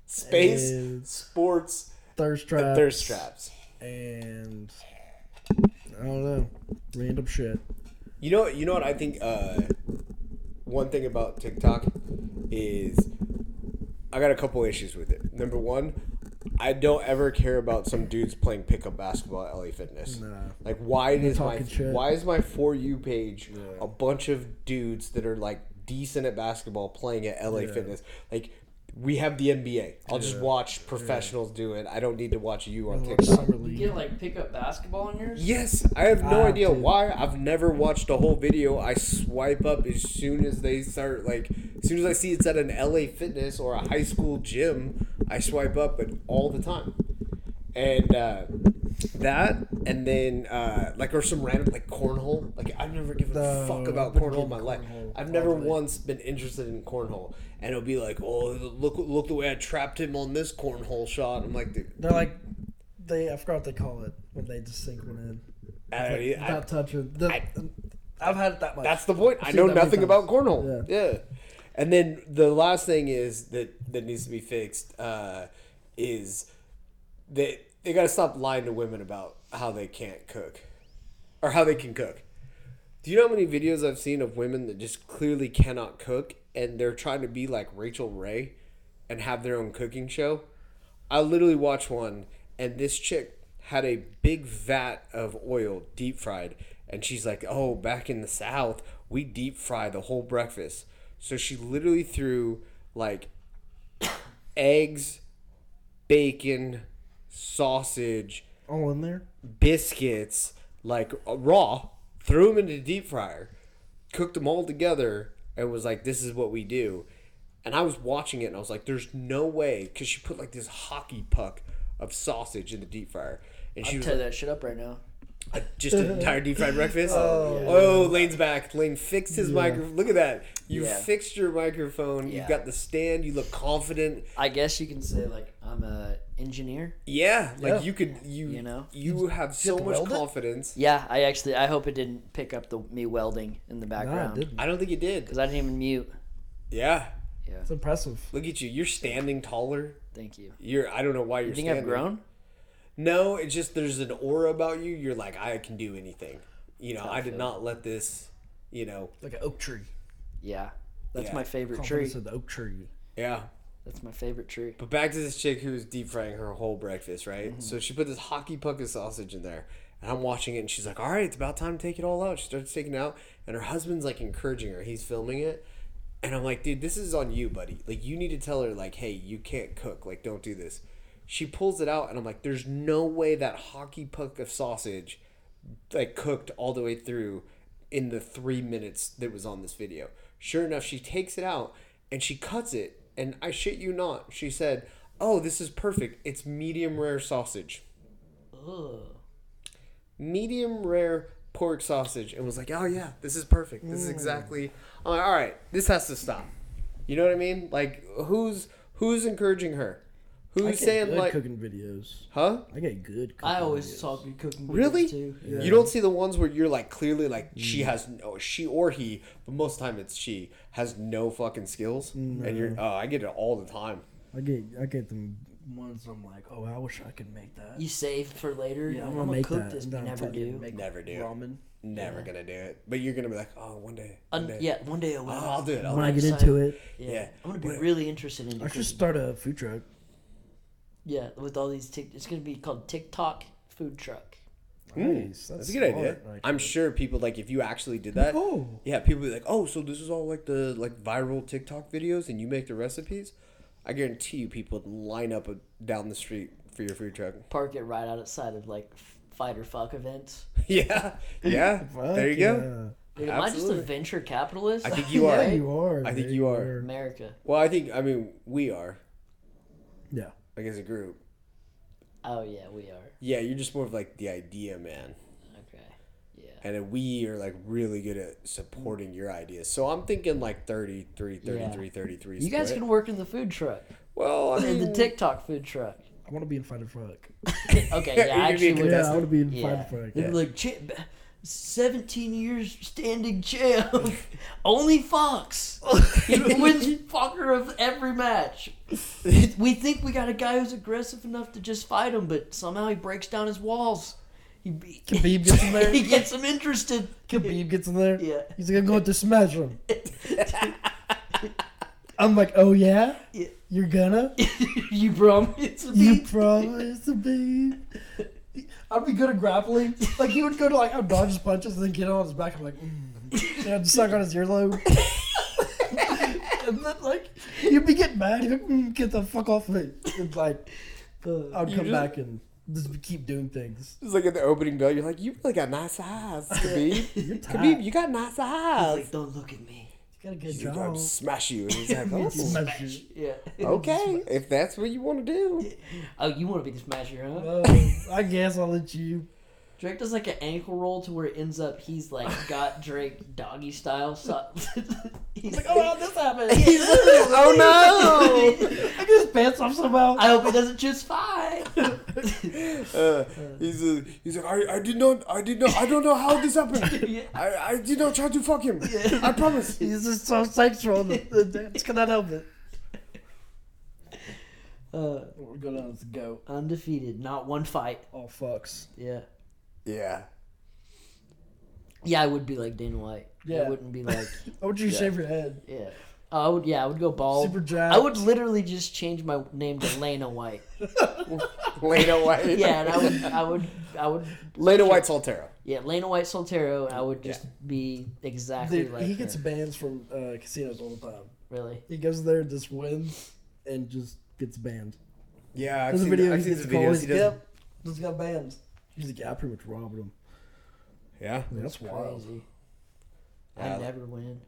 space,
and-
sports,
Thirst traps.
and thirst traps.
And I don't know. Random shit.
You know, you know what I think. Uh, one thing about TikTok is I got a couple issues with it. Number one, I don't ever care about some dudes playing pickup basketball at LA Fitness.
Nah.
Like, why is my
talking shit.
why is my for you page a bunch of dudes that are like decent at basketball playing at LA Fitness? Like, we have the NBA. I'll just watch professionals do it. I don't need to watch you on
Or
TikTok.
Summer
You
league.
get like pick up basketball in yours.
Yes, I have no
Ah,
idea
dude.
why. I've never watched a whole video. I swipe up as soon as they start like as soon as I see it's at an LA Fitness or a high school gym, I swipe up and all the time. And uh that and then uh like or some random like cornhole. Like I've never given a
No,
fuck about
I've been
cornhole in my
getting
life.
cornhole
I've never
all the way.
once been interested in cornhole. And it'll be like, "Oh, look look the way I trapped him on this cornhole shot." I'm like, "Dude,
They're like, they. I forgot what they call it when they just sink one in.
I don't e-,
Like,
Oh, I-
without touching. The, I,
I-
have had it that much.
That's the point. I
seen
know
that many
nothing
times.
about cornhole. Yeah. And then the last thing is that that needs to be fixed uh, is that they got to stop lying to women about how they can't cook or how they can cook. Do you know how many videos I've seen of women that just clearly cannot cook and they're trying to be like Rachel Ray and have their own cooking show? I literally watched one and this chick had a big vat of oil deep fried and she's like, "Oh, back in the south, we deep fry the whole breakfast." So she literally threw like eggs, bacon, sausage,
all Oh, in there.
biscuits like uh, raw, threw them into the deep fryer, cooked them all together, and was like, "This is what we do." And I was watching it, and I was like, "There's no way," because she put like this hockey puck of sausage in the deep fryer, and she
I'd
was
tear
like,
that shit up right now.
"I- "Just an entire deep fried breakfast." Oh, Lane's back. Lane fixed his microphone. Look at that. You
Yeah.
fixed your microphone.
Yeah.
You've got the stand. You look confident.
I guess you can say like I'm a engineer.
Yeah, like
Yeah.
you could. You
You know?
you have so
to
much
weld it?
confidence.
Yeah, I actually I hope it didn't pick up the me welding in the
Nah, I
background because
didn't.
I don't think you did.
I didn't even mute.
Yeah,
Yeah,
It's impressive.
Look at you. You're standing taller.
thank you.
You're. I don't know why you're.
You think
standing.
I've grown?
No, it's just there's an aura about you. You're like, I can do anything. You know, I did not let this. You know,
Like an oak tree.
Yeah. That's
Yeah.
my favorite
Confidence
tree.
of the oak tree.
yeah.
That's my favorite tree.
But back to this chick who was deep frying her whole breakfast, right? So she put this hockey puck of sausage in there. And I'm watching it and she's like, all right, it's about time to take it all out. She starts taking it out. And her husband's like encouraging her. He's filming it. And I'm like, dude, this is on you, buddy. Like, you need to tell her, like, hey, you can't cook. Like, don't do this. She pulls it out and I'm like, there's no way that hockey puck of sausage, like, cooked all the way through in the three minutes that was on this video. Sure enough, she takes it out and she cuts it. And I shit you not, she said, Oh, this is perfect. It's medium rare sausage. Medium rare pork sausage. And was like, Oh, yeah, this is perfect. This is exactly. I'm like, All right, this has to stop. You know what I mean? Like, who's who's encouraging her?
I
Who's
get
saying,
good
like,
cooking videos.
huh?
I get good. Cooking
I always
videos.
saw good cooking videos
Really?
too.
You don't see the ones where you're like clearly like
Mm.
she has no she or he, but most of the time it's she has no fucking skills,
Mm-hmm.
and you're oh I get it all the time.
I get I get them ones. I'm like, oh, I wish I could make that.
You save for later.
Yeah,
I'm,
I'm
gonna,
gonna make
cook
that.
this. but
No, I'm
You never
fucking
do.
make
Never do.
ramen.
Never gonna do it. But you're gonna be like oh one day, one
Un-
day.
yeah, one day I will.
Oh, I'll do it. I'll
When
do
I
it.
get
Excited.
into it,
yeah.
yeah.
I'm gonna be really interested in.
I should start a food truck.
Yeah, with all these tick, it's gonna be called TikTok food truck.
Nice.
That's a good idea. I'm sure people like if you actually did that.
Oh.
Yeah, people be like, oh, so this is all like the like viral TikTok videos, and you make the recipes. I guarantee you, people would line up uh, down the street for your food truck.
Park it right outside of like f- fight or fuck events.
yeah, yeah. there you go.
Dude, am I just a
Absolutely.
venture capitalist?
I think you
Yeah,
are.
you are.
I think
dude.
you are.
America.
Well, I think I mean we are
Yeah.
like as a group.
Oh yeah, we are.
Yeah, you're just more of like the idea man,
Okay. Yeah.
and then we are like really good at supporting your ideas. So I'm thinking like 33, 33, 33.
You guys
split.
can work in the food truck,
well, I mean,
in the TikTok food truck.
I want to be in Fight and Fuck.
Okay. Yeah, I
You're gonna be a
actually would.
Yeah, I want to be in
Yeah.
Fight and Fuck.
They'd be like, "Cha- b- 17 years standing champ. Only Fox. He wins fucker of every match. We think we got a guy who's aggressive enough to just fight him, but somehow he breaks down his walls. He, be-
Khabib gets in there.
he gets him interested.
Khabib gets in there.
Yeah.
He's like, I'm going to smash him. I'm like, oh yeah?
Yeah.
You're gonna?
you promise
You
me?
promise to be. I'd be good at grappling. Like, he would go to, like, I'd dodge his punches and then get on his back. I'm like, mm. And I'd suck on his earlobe. and then, like, you'd be getting mad. You'd be like, mm, get the fuck off me. And, like, I'd
You
come
just-
back and just keep doing things.
it's like at the opening bell. You're like, you really got nice eyes, Khabib.
You're
Khabib,
tired.
you got nice eyes.
Like, don't look at me.
You got a good
You gotta
job.
smash you. And he's like, oh,
Smash you.
Yeah.
okay, if that's what you want to do.
Oh, you want to be the smasher, huh?
Oh, I guess I'll let you.
Drake does like an ankle roll to where it ends up he's like got Drake doggy style. So he's like,
Oh, how'd this happen?
oh no!
I just pants off somehow.
I hope he doesn't choose five.
Uh, he's uh, he's like I, I did not I did not I don't know how this happened.
Yeah.
I, I did not try to fuck him. I promise.
He's just so sexual. It's cannot help it.
Uh,
We're going on to go.
undefeated, not one fight.
Oh, fucks.
Yeah.
Yeah.
Yeah, I would be like Dana White. Yeah.
Yeah.
I wouldn't be like,
I want you to shave your head.
yeah. Uh, I would, yeah, I would go bald.
Super jacked.
I would literally just change my name to Lana White.
Lena White.
Yeah, and I would, I would, I would,
Lena White Soltero.
yeah, Lana White Soltero, and I would just be exactly
Dude,
like
he gets
her.
bans from uh, casinos all the time.
really.
He goes there, just wins, and just gets banned.
Yeah, I've
There's a
seen,
video
I've
he
seen
gets
the
called.
videos.
He's
He does.
like, yep, just got banned. He's like, yeah, I pretty much robbed him.
Yeah.
Man, that's wild.
Crazy.
Yeah.
I never win.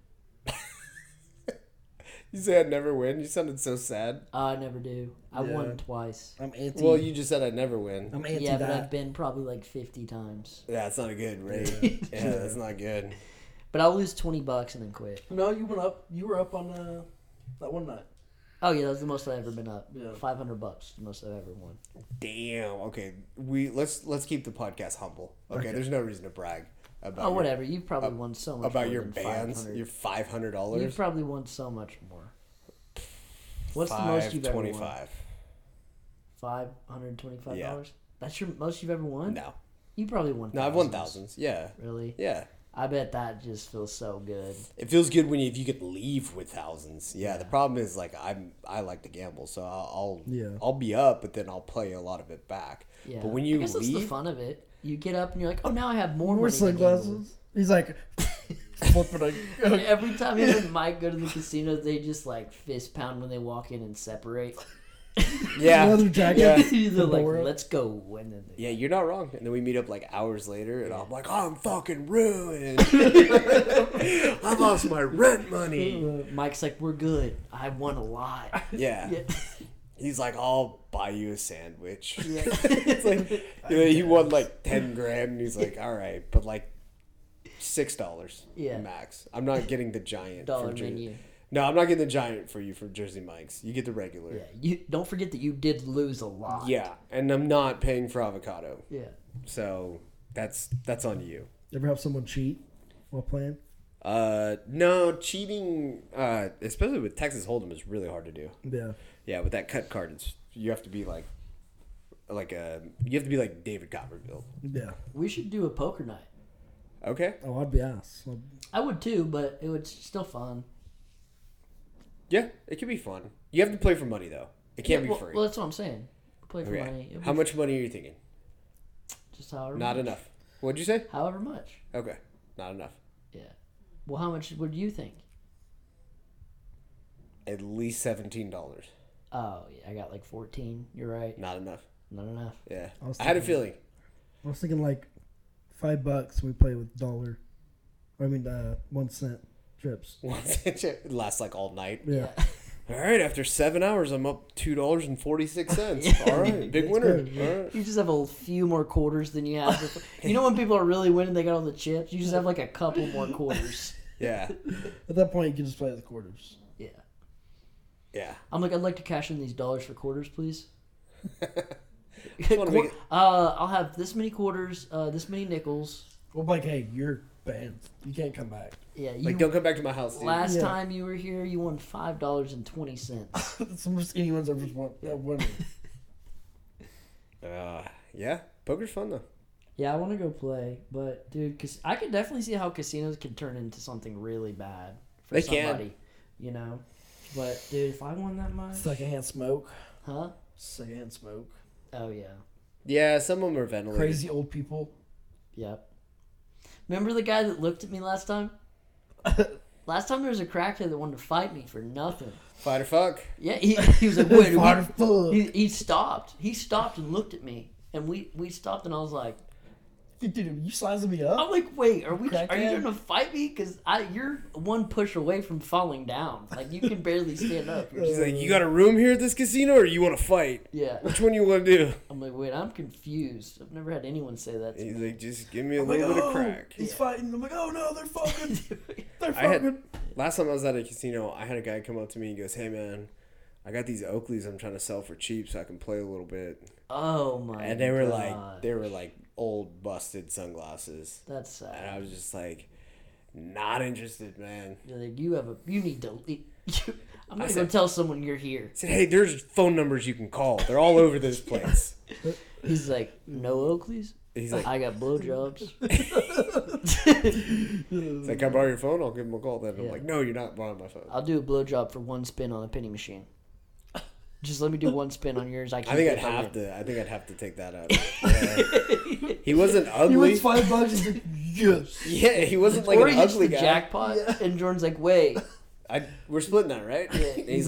You say I'd never win. You sounded so sad.
I never do. I
Yeah.
won twice.
I'm anti.
Well, you just said I'd never win.
I'm anti
yeah, but I've
that.
been probably like 50 times.
Yeah, it's not a good rate. Yeah, that's not good.
But I'll lose 20 bucks and then quit.
No, you went up. You were up on uh, that one night.
Oh, yeah, that's the most I've ever been up.
Yeah.
500 bucks, the most I've ever won.
Damn. Okay, we let's let's keep the podcast humble. Okay, there's no reason to brag about
Oh,
your-
whatever. You've probably won so much
about
more
your
than
bands.
500.
Your five hundred
You've
dollars.
probably won so much more. What's the most
Five
you've ever won?
twenty-five.
$525?
Yeah.
That's your most you've ever won.
No,
You probably won.
no, I've won
thousands.
thousands. Yeah,
Really?
yeah.
I bet that just feels so good.
It feels good when you, if you could leave with thousands. Yeah, the problem is like I'm I like to gamble, so I'll, I'll
Yeah.
I'll be up, but then I'll play a lot of it back.
Yeah.
But when you
I guess that's the
leave,
fun of it. You get up and you're like, oh, now I have more
Wear
money than you.
sunglasses. He's like flipping like
Every time him and Mike go to the casino, they just like fist pound when they walk in and separate.
yeah,
leather jacket.
yeah,
They're like,
Fedora.
let's go. And then they,
yeah, you're not wrong. And then we meet up like hours later, and I'm like, I'm fucking ruined. I lost my rent money.
Mike's like, we're good. I won a lot.
Yeah.
Yeah.
He's like, I'll buy you a sandwich.
Yeah.
it's like you know, he won like ten grand, and he's like, all right, but like six dollars
Yeah.
max. I'm not getting the giant
Dollar
from Jer-
menu.
No, I'm not getting the giant for you from Jersey Mike's. You get the regular.
Yeah.
Yeah.
You don't forget that you did lose a lot.
and I'm not paying for avocado,
Yeah.
so that's that's on you.
You ever have someone cheat while playing?
Uh, no cheating, uh, especially with Texas Hold'em is really hard to do.
Yeah.
Yeah, with that cut card, it's you have to be like, like a you have to be like David Copperfield.
Yeah.
We should do a poker night.
Okay.
Oh, I'd be ass. I'd,
I would too, but it was still fun.
Yeah, it could be fun. You have to play for money though. It can't
well,
be free.
well, that's what I'm saying. Play for
Okay.
money. It'll
How
be
much money are you thinking?
Just however
Not
much.
enough. What'd you say?
However much.
Okay, not enough.
Yeah. Well, how much would you think?
At least seventeen dollars.
Oh, yeah, I got like 14. You're right.
Not enough.
Not enough.
Yeah,
I was
I had a
thinking-
feeling.
I was thinking like five bucks. We play with dollar. I mean, uh, one cent trips.
it lasts like all night.
Yeah.
All right, after seven hours, I'm up two dollars and forty six cents. All right, big winner. All right.
You just have a few more quarters than you have. before. you know when people are really winning, they got all the chips. You just have like a couple more quarters.
Yeah,
At that point, you can just play the quarters.
Yeah.
yeah.
I'm like, I'd like to cash in these dollars for quarters, please.
wanna
Quar-
make it-
uh, I'll have this many quarters, uh, this many nickels.
Well, like, hey, you're banned. You can't come back.
Yeah, you
Like, don't come back to my house, dude.
last
Yeah.
time you were here, you won five dollars and twenty cents.
That's the most anyone's ever won. that won.
Uh, yeah, poker's fun though.
yeah, I want to go play, but dude, cause I could definitely see how casinos can turn into something really bad for
They can.
somebody, you know. But dude, if I won that much,
Secondhand smoke.
huh?
Secondhand smoke.
Oh yeah,
Yeah, some of them are ventilated.
Crazy old people.
yep. Remember the guy that looked at me last time? last time there was a crackhead that wanted to fight me for nothing.
Fight or fuck.
Yeah, he, he was like, "Wait, are we-
Fart fuck.
He, he stopped. He stopped and looked at me, and we we stopped, and I was like,
Dude, you sizing me up?
I'm like, wait, are we? Are you
Crackhead?
gonna fight me? Because I, you're one push away from falling down. Like you can barely stand up. You're
He's
just-
Uh.
like, you got a room here at this casino, or you want to fight?
yeah,
Which one you want to do?
I'm like, wait, I'm confused. I've never had anyone say that to
He's
me.
like, just give me a
I'm like,
little bit
oh,
of crack.
He's fighting. I'm like, oh no, they're fucking. They're
I had
fucking.
last time I was at a casino, I had a guy come up to me and goes, "Hey man, I got these Oakleys I'm trying to sell for cheap so I can play a little bit."
Oh my!
And they were like
God.
they were like old busted sunglasses.
that's
And
sad.
I was just like not interested, man.
You're like, you have a, you need to. leave. I'm gonna go
said-
tell someone you're here.
I said, "Hey, there's phone numbers you can call. They're all over this place."
He's like, no Oakleys.
He's like,
I got blowjobs.
he's like, "Can I borrow your phone? I'll give him a call." Then I'm
Yeah. Oh,
like, "No, you're not borrowing my phone."
I'll do a blowjob for one spin on a penny machine. Just let me do one spin on yours. I,
I think I'd have to. I think I'd have to take that up. Yeah. he wasn't
He
ugly.
wins five bucks. He's like, yes.
yeah, he wasn't like
or
an
he hits
ugly
the
guy.
jackpot, and Jordan's like, "Wait."
I, we're splitting that, right?
He's,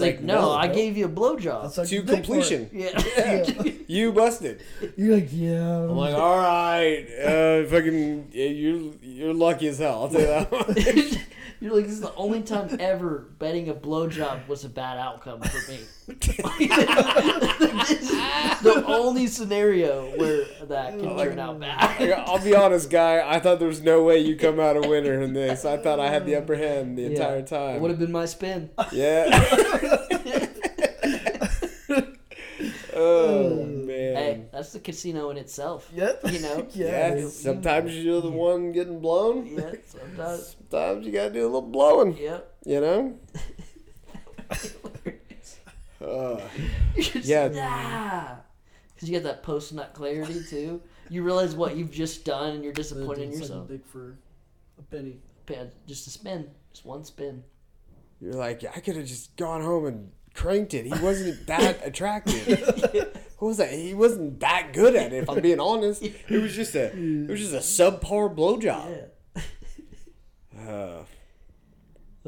And
like, "No, I
no."
gave you a
That's
blowjob."
like
to
the big
completion.
Yeah.
You busted.
part. You're like, yeah.
I'm like, all right, uh, fucking, yeah, you're you're lucky as hell. I'll tell you that. One.
You're like, "This is the only time ever betting a blowjob was a bad outcome for me." this is the only scenario where that can turn out
Like,
bad.
I'll be honest, guy. I thought there was no way you come out a winner in this. I thought I had the upper hand the entire
It
time.
would have been my spin.
Yeah. oh man.
Hey, that's the casino in itself.
Yep.
You know?
Yeah.
Yeah. Sometimes you're the one getting blown.
Yeah, sometimes.
Sometimes you gotta do a little blowing.
Yep.
You know. Uh,
You're just,
Yeah.
"Ah." because you got that post nut clarity too. You realize what you've just done, and you're disappointed in
Dude's sucking
yourself.
dick for a penny.
Pan- Just a spin, just one spin.
You're like, I could have just gone home and cranked it. He wasn't that attractive. What was that? He wasn't that good at it. If I'm being honest, it was just a, it was just a subpar blowjob. Uh,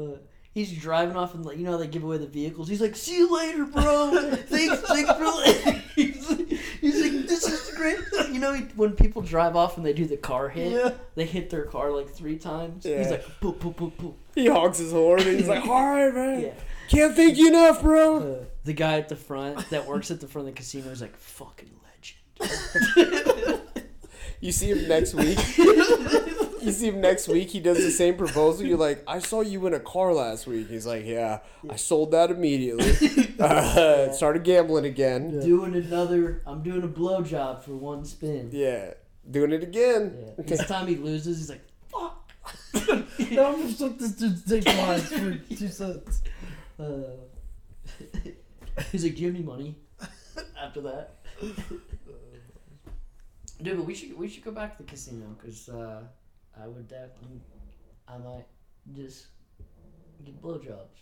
Uh, he's driving off, and like, you know how they give away the vehicles. He's like, "See you later, bro. thanks, thanks for." li-" he's, like, he's like, "This is great." You know, he, when people drive off and they do the car hit,
Yeah.
they hit their car like three times.
Yeah.
He's like, "Poop, poop, poop, poop."
he honks his horn and he's like, "All right, man,
Yeah.
can't thank you enough, bro."
Uh, the guy at the front that works at the front of the casino is like, "Fucking legend."
You see him next week. you see him next week. He does the same proposal. You're like, "I saw you in a car last week." He's like, "Yeah, I sold that immediately. Uh, started gambling again."
Doing another. I'm doing a blowjob for one spin.
Yeah, doing it again.
Yeah. This time he loses. He's like, "Fuck."
Now I'm gonna suck this dude's dick twice for two cents.
Uh, he's like, "Do you have any money?" After that, dude, but we should we should go back to the casino because uh, I would definitely I might just get blowjobs.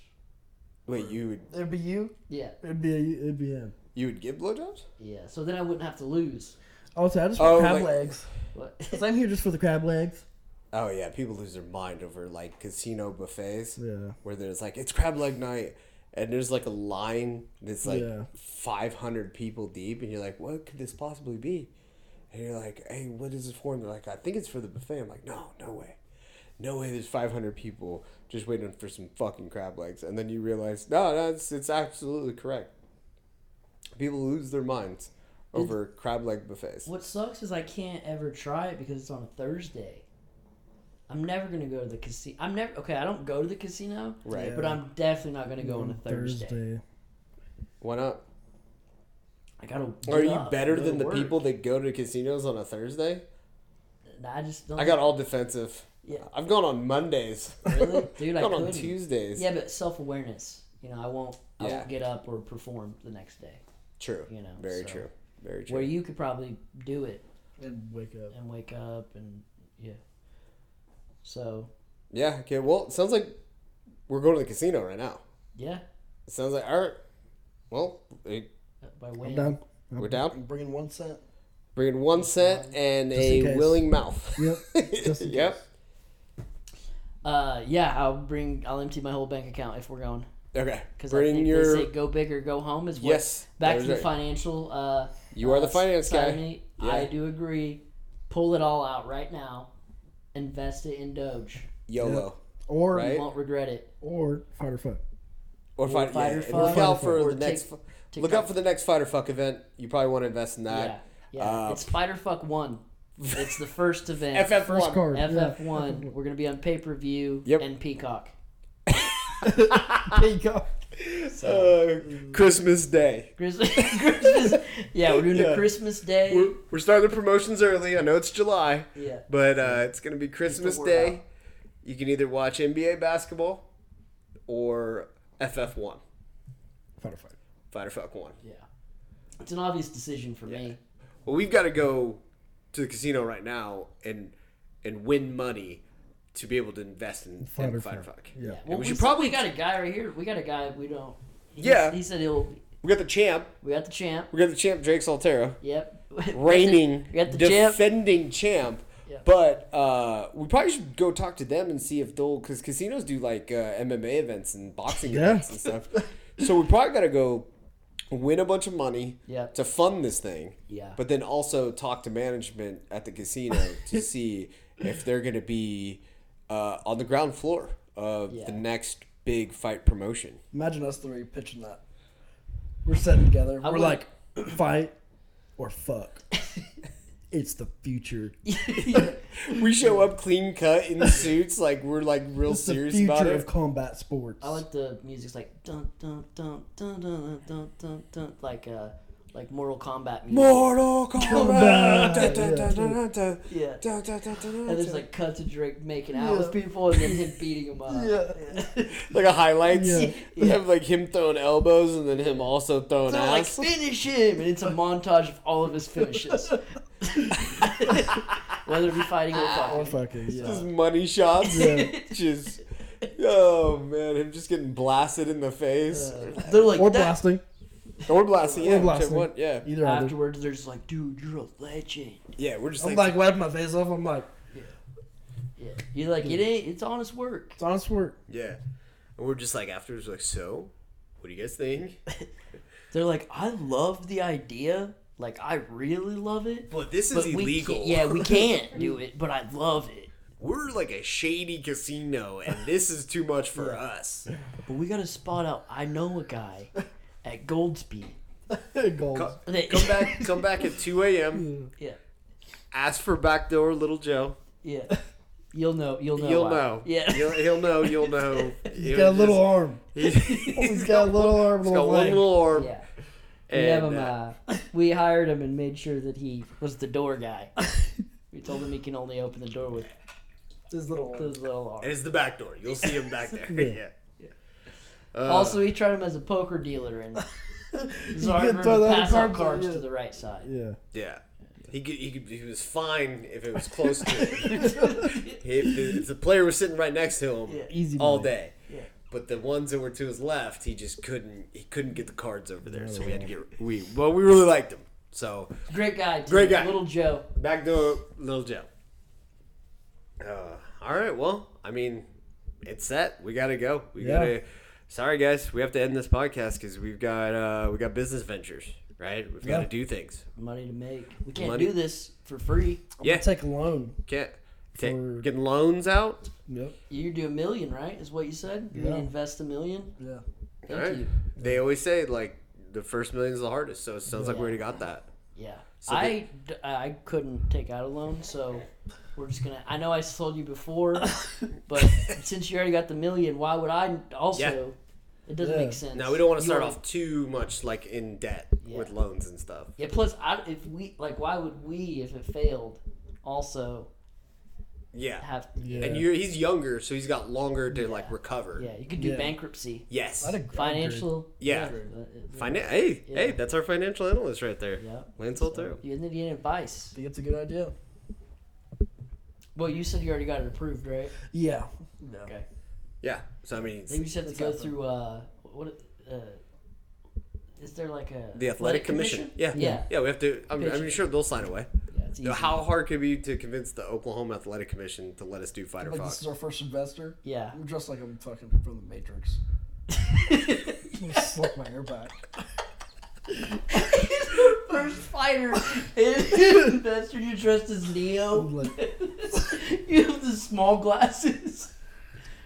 Wait, you would
It'd be you.
Yeah,
It'd be it'd be him.
you would give blowjobs?
yeah. So then I wouldn't have to lose.
Also, I just want
Oh,
crab
like-
legs.
What?
'Cause I'm here just for the crab legs.
Oh yeah, people lose their mind over like casino buffets
Yeah.
where there's like it's crab leg night and there's like a line that's like
Yeah.
500 people deep and you're like, what could this possibly be? And you're like, hey, what is this for? And they're like, I think it's for the buffet. I'm like, no, no way. No way there's 500 people just waiting for some fucking crab legs. And then you realize, no, no, it's, it's absolutely correct. People lose their minds over crab leg buffets.
What sucks is I can't ever try it because it's on a Thursday. I'm never gonna go to the casino. I'm never okay. I don't go to the casino,
Right.
But I'm definitely not gonna go on a Thursday.
Why not?
I gotta.
Are
get
you
up,
better
go to
than the
work.
people that go to casinos on a Thursday?
Nah, I just don't.
I got all defensive.
Um, Yeah.
I've gone on Mondays.
Really? Dude, I
gone on
couldn't.
Tuesdays.
Yeah, but self awareness. You know, I won't. I
Yeah.
won't get up or perform the next day.
True.
You know,
Very
so-
true. Very true.
Where you could probably do it
And wake up.
and wake up and yeah. So
yeah. Okay. Well, it sounds like we're going to the casino right now.
yeah,
It sounds like all right. Well, eh,
uh, by
I'm
when
down.
we're down.
bringing one cent.
Bringing one cent and
Just in
a
case.
willing mouth.
Yep. Just in
yep.
Uh, yeah, I'll bring. I'll empty my whole bank account if we're going.
Okay.
Because I
Bring
think
your
they say go big or go home is what,
yes. that
Back to
was
the
right.
financial. Uh,
You are the
uh,
finance
side of
guy.
me.
Yeah.
I do agree. Pull it all out right now. Invest it in Doge.
YOLO.
Or
Right?
You won't regret it.
or fight or fuck.
Or fight.
fight
yeah,
or
and
fuck.
Look out for
Or
the next.
tick-
fu-
tick
Look
tock.
out for the next fight or fuck event. You probably want to invest in that.
Yeah, yeah.
Uh,
it's fight or fuck one. It's the first event.
FF
First
one.
card.
FF one. We're gonna be on pay per view
Yep.
and Peacock.
There you go.
Uh, Christmas Day.
Christmas. Christmas. Yeah, we're doing
Yeah.
a Christmas day.
We're, we're starting the promotions early. I know it's July,
yeah.
but uh, it's going to be Christmas
word
Day.
out.
You can either watch NBA basketball or FF1,
Fight or fuck.
Fight or Fuck 1.
Yeah. It's an obvious decision for me.
Well, we've got to go to the casino right now and and win money to be able to invest in in
Fight or
Fight or
Fuck.
Fuck.
Yeah.
Well,
we
we,
should
said-
probably-
we got a guy right here. We got a guy. We don't. He,
Yeah.
He said he'll.
We got the champ.
We got the champ.
We got the champ, Drake Soltero.
Yep.
reigning,
We got the champ.
defending champ.
Yeah.
But uh, we probably should go talk to them and see if they'll, because casinos do like uh, MMA events and boxing
Yeah.
events and stuff. So we probably got to go win a bunch of money
Yeah.
to fund this thing.
Yeah.
But then also talk to management at the casino to see if they're going to be uh, on the ground floor of
Yeah.
the next big fight promotion.
Imagine us three pitching that. We're sitting together.
I
We're
would-
like, fight or fuck. it's the future.
We show up clean cut in suits, like we're like real
It's the
serious about
future
it.
of combat sports.
I like the music's like dun dun dun dun dun dun dun dun dun like uh like Mortal Kombat music.
Mortal
Kombat.
Kombat. Da, da, da, da, da, da.
Yeah.
Da, da, da, da, da,
And there's
da.
like cuts of Drake making out
Yeah.
with people and then him beating them up.
Yeah.
Like a highlights.
Yeah.
They have like him throwing elbows and then him also throwing
So like
ass.
finish him, and it's a montage of all of his finishes, whether it be fighting or
Or
fucking.
fucking
Just
yeah.
money shots.
Yeah.
Just oh man, him just getting blasted in the face
Uh, They're like
Or
that-
blasting.
or blasted. Yeah,
Or
whichever
blasting.
one. Yeah,
Either after.
Afterwards, they're just like, dude, you're a legend.
yeah. We're just
I'm
like,
like wiping my face off. I'm like,
Yeah. You're like, it ain't. It's honest work.
it's honest work.
Yeah. And we're just like afterwards we're like, so what do you guys think?
They're like, I love the idea. Like, I really love it.
But this is
but we
illegal.
can't- yeah, we can't do it, but I love it.
We're like a shady casino and this is too much for us.
But we gotta spot out. I know a guy at Goldsby.
Gold.
Co-
They-
Come back come back at two AM.
Yeah,
Ask for backdoor little Joe.
yeah. You'll know. You'll know.
You'll
why.
know.
Oh, Yeah.
He'll, he'll know, you'll know.
He's got a little arm.
he's
He's got a little arm.
got
Little
one
leg.
little arm.
yeah. We, have
And,
him,
uh,
uh, we hired him and made sure that he was the door guy. we told him he can only open the door with
His little arm.
his little arm.
and it's the back door. You'll see him back there.
Yeah.
yeah. uh,
also, we tried him as a poker dealer and
You
Zarg
can
to
throw the
pass out
cards,
cards
yeah.
to the right side.
Yeah.
Uh, Yeah. He could, he could, he was fine if it was close to him. if, the, if the player was sitting right next to him
Yeah.
Easy.
all
money.
day.
Yeah.
But the ones that were to his left, he just couldn't he couldn't get the cards over there. So we had to get we well we really liked him. So
Great guy. Too.
Great guy.
Little Joe.
back to little Joe. Uh, all right, well, I mean, it's set. We gotta go. We
Yeah.
gotta. Sorry, guys, we have to end this podcast because we've got uh, we got business ventures, right? We've got to
Yeah.
do things.
Money to make. We can't
Money.
do this for free.
Yeah,
Take a loan.
can't take,
for-
getting loans out.
Yep.
You do a million, right? Is what you said. You
Yeah.
invest a million.
Yeah.
Thank
Alright.
you.
They always say like the first million is the hardest, so it sounds like we already got that.
Yeah.
So
I, d- I couldn't take out a loan, so we're just gonna. I know I told you before, but since you already got the million, why would I also? It doesn't
Yeah.
make sense.
Now we don't want to
You
start
already-
off too much like in debt
Yeah.
with loans and stuff.
Yeah. Plus, I, if we like, why would we if it failed? Also
Yeah,
have.
Yeah.
and you're he's younger, so he's got longer to like recover.
Yeah. You could do
Yeah.
bankruptcy,
Yes.
I'd agree.
financial.
Yeah.
whatever, but-
Finan- hey,
Yeah.
hey, that's our financial analyst right there,
Yeah.
Lance Altero.
You need any advice?
Think it's a good idea.
Well, you said you already got it approved, right?
Yeah. No.
Okay.
Yeah. So I mean,
Then you just have to
That's
go
awesome.
through. Uh, what? Uh, is there like a
the athletic commission. Yeah.
Yeah.
Yeah, we have to. I'm,
Pitch
I'm
it.
sure they'll sign away.
Yeah, it's easy.
How hard could it be to convince the Oklahoma Athletic Commission to let us do Fighter
Like
Fox?
this is our first investor.
Yeah.
I'm dressed like I'm fucking from the Matrix. I'm gonna slick my hair back.
First fighter investor, you dressed as
I'm
Neo.
like,
you have the small glasses.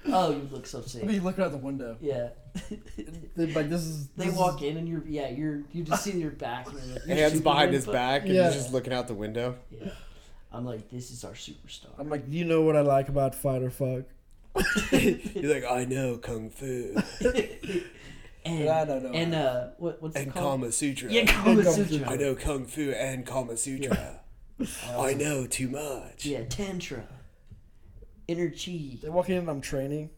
Oh, you look so
I'd be
sick.
looking out the window.
Yeah.
They're like this is.
They
this
walk in and you're yeah you're you just see their back. And you're like, you're
hands behind
Superman,
his
but-
back, and
Yeah.
he's just looking out the window.
Yeah. I'm like, this is our
Is,
superstar.
I'm like, you know what I like about fight or fuck?
He's like, I know kung fu
And
I don't know.
and uh, what what's
and
it called?
Kama Sutra.
yeah, Kama
Kama
Sutra.
I know kung fu and Kama Sutra. I know too much.
Yeah, tantra, inner chi.
They walk in and I'm training,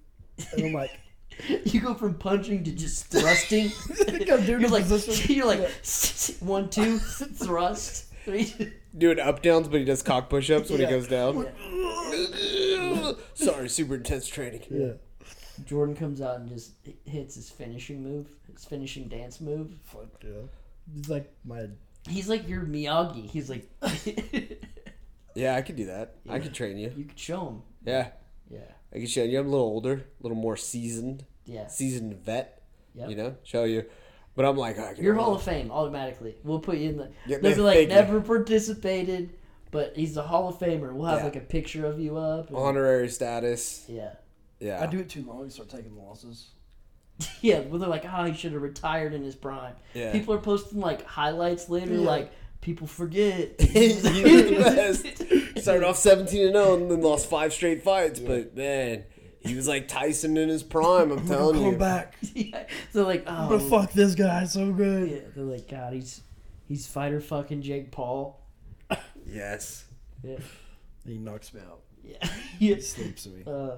and I'm like,
You go from punching to just thrusting.
I'm doing
you're
a
like
position.
you're like
Yeah.
one two thrust three. two.
Doing up downs, but he does cock push ups when
Yeah.
he goes down. Sorry, super intense training.
yeah,
Jordan comes out and just h- hits his finishing move, his finishing dance move.
fuck yeah. He's like my
He's like your Miyagi. He's like
Yeah, I could do that. I could train you.
you could show him.
Yeah,
Yeah,
I could show you. I'm a little older, a little more seasoned,
yeah.
seasoned vet.
Yep.
You know, show you. But I'm like, I can
You're Hall of Fame automatically. We'll put you in the.
Yeah,
they'll be
man,
like
thank you.
never participated, but he's a Hall of Famer. We'll have
Yeah.
like a picture of you up. and-
honorary status.
yeah.
Yeah,
I do it too long. You start taking losses.
Yeah, well, they're like, oh, he should have retired in his prime.
Yeah.
People are posting like highlights later,
Yeah.
like people forget.
He's the best. Started off 17 and 0 and then lost five straight fights, but man, he was like Tyson in his prime, I'm telling
Come
you.
back.
yeah. They're like,
I'm gonna
oh,
fuck this guy so good.
yeah. They're like, God, he's He's fighter fucking Jake Paul.
Yes.
He knocks me out.
Yeah. yeah.
He sleeps me.
Uh,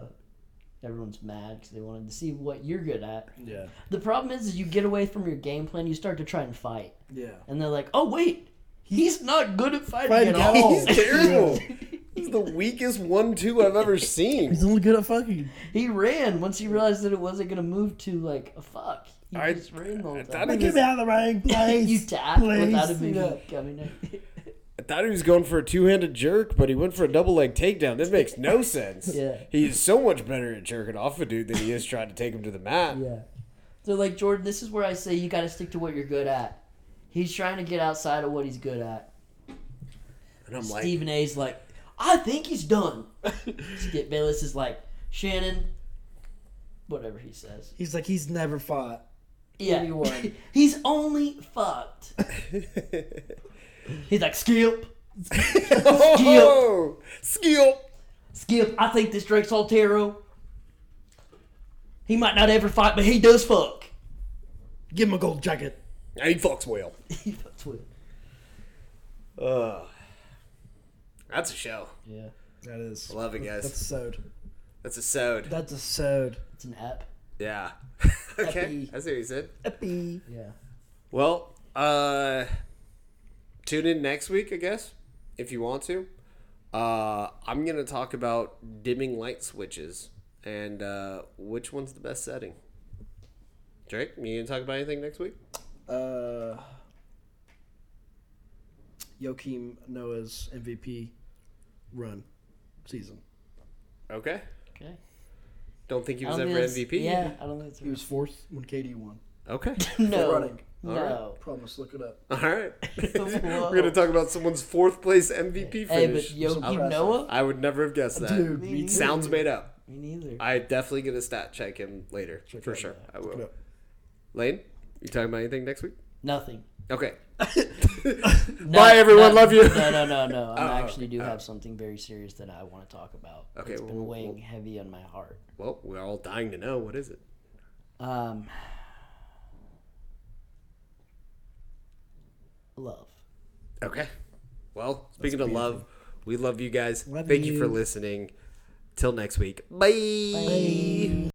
everyone's mad because they wanted to see what you're good at.
Yeah.
The problem is, is you get away from your game plan. You start to try and fight,
Yeah.
and they're like, "Oh wait, he's not good at fighting
Fighting at
at all."
all.
He's terrible. He's the weakest one-two I've ever seen.
He's only good at fucking.
He ran once he realized that it wasn't gonna move to like a fuck. He
I-
just ran the whole
I
time.
thought
Get me out of the ring, please.
you tapped
please.
without it being
Yeah.
coming in.
I thought he was going for a two-handed jerk, but he went for a double-leg takedown. This makes no sense.
Yeah.
He is so much better at jerking off a dude than he is trying to take him to the mat.
Yeah. They're like, Jordan, this is where I say you got to stick to what you're good at. He's trying to get outside of what he's good at.
And I'm like,
Stephen A's like, I think he's done. Skip Bayless is like, Shannon, whatever he says.
He's like, he's never fought.
Yeah.
Anyone.
he's only fucked. he's like, Skip,
oh, skill.
Skip, I think this Drake Soltero, he might not ever fight, but he does fuck.
Give him a gold jacket.
He fucks well.
he fucks with.
Ugh. That's a show.
Yeah.
That is.
Love it,
That's
guys.
a sewed.
That's a sewed.
That's a sewed.
It's an app.
Yeah. okay.
Happy.
That's what he said.
Epi.
Yeah.
Well, uh, tune in next week, I guess, if you want to. Uh, I'm going to talk about dimming light switches and uh, which one's the best setting. Drake, you going to talk about anything next week?
Uh. Joachim Noah's MVP run season.
Okay.
Okay.
Don't think he
I
was
don't
ever
think that's-
MVP?
Yeah, I don't think it's
He was fourth when KD won.
Okay.
no,
running.
no.
Promise, look it up.
All right.
Whoa.
We're going to talk about someone's fourth place MVP
Hey,
finish.
but Yogi
impressive.
Noah?
I would never have guessed that.
Dude, me
too.
Sounds made up.
Me neither.
I definitely going to stat check him later, for
it out,
sure. I
Look it
will.
up.
Lane, you talking about anything next week?
Nothing.
Okay.
No,
Bye, everyone.
no,
Love you. Oh,
No, no, no, no. I actually do
okay.
have something very serious that I want to talk about.
Okay,
it's been
well,
weighing heavy on my heart.
Well, we're all dying to know. What is it?
Um, love.
Okay. Well, speaking of love, we love you guys.
Love
Thank you. for
you.
listening. Till next week. Bye.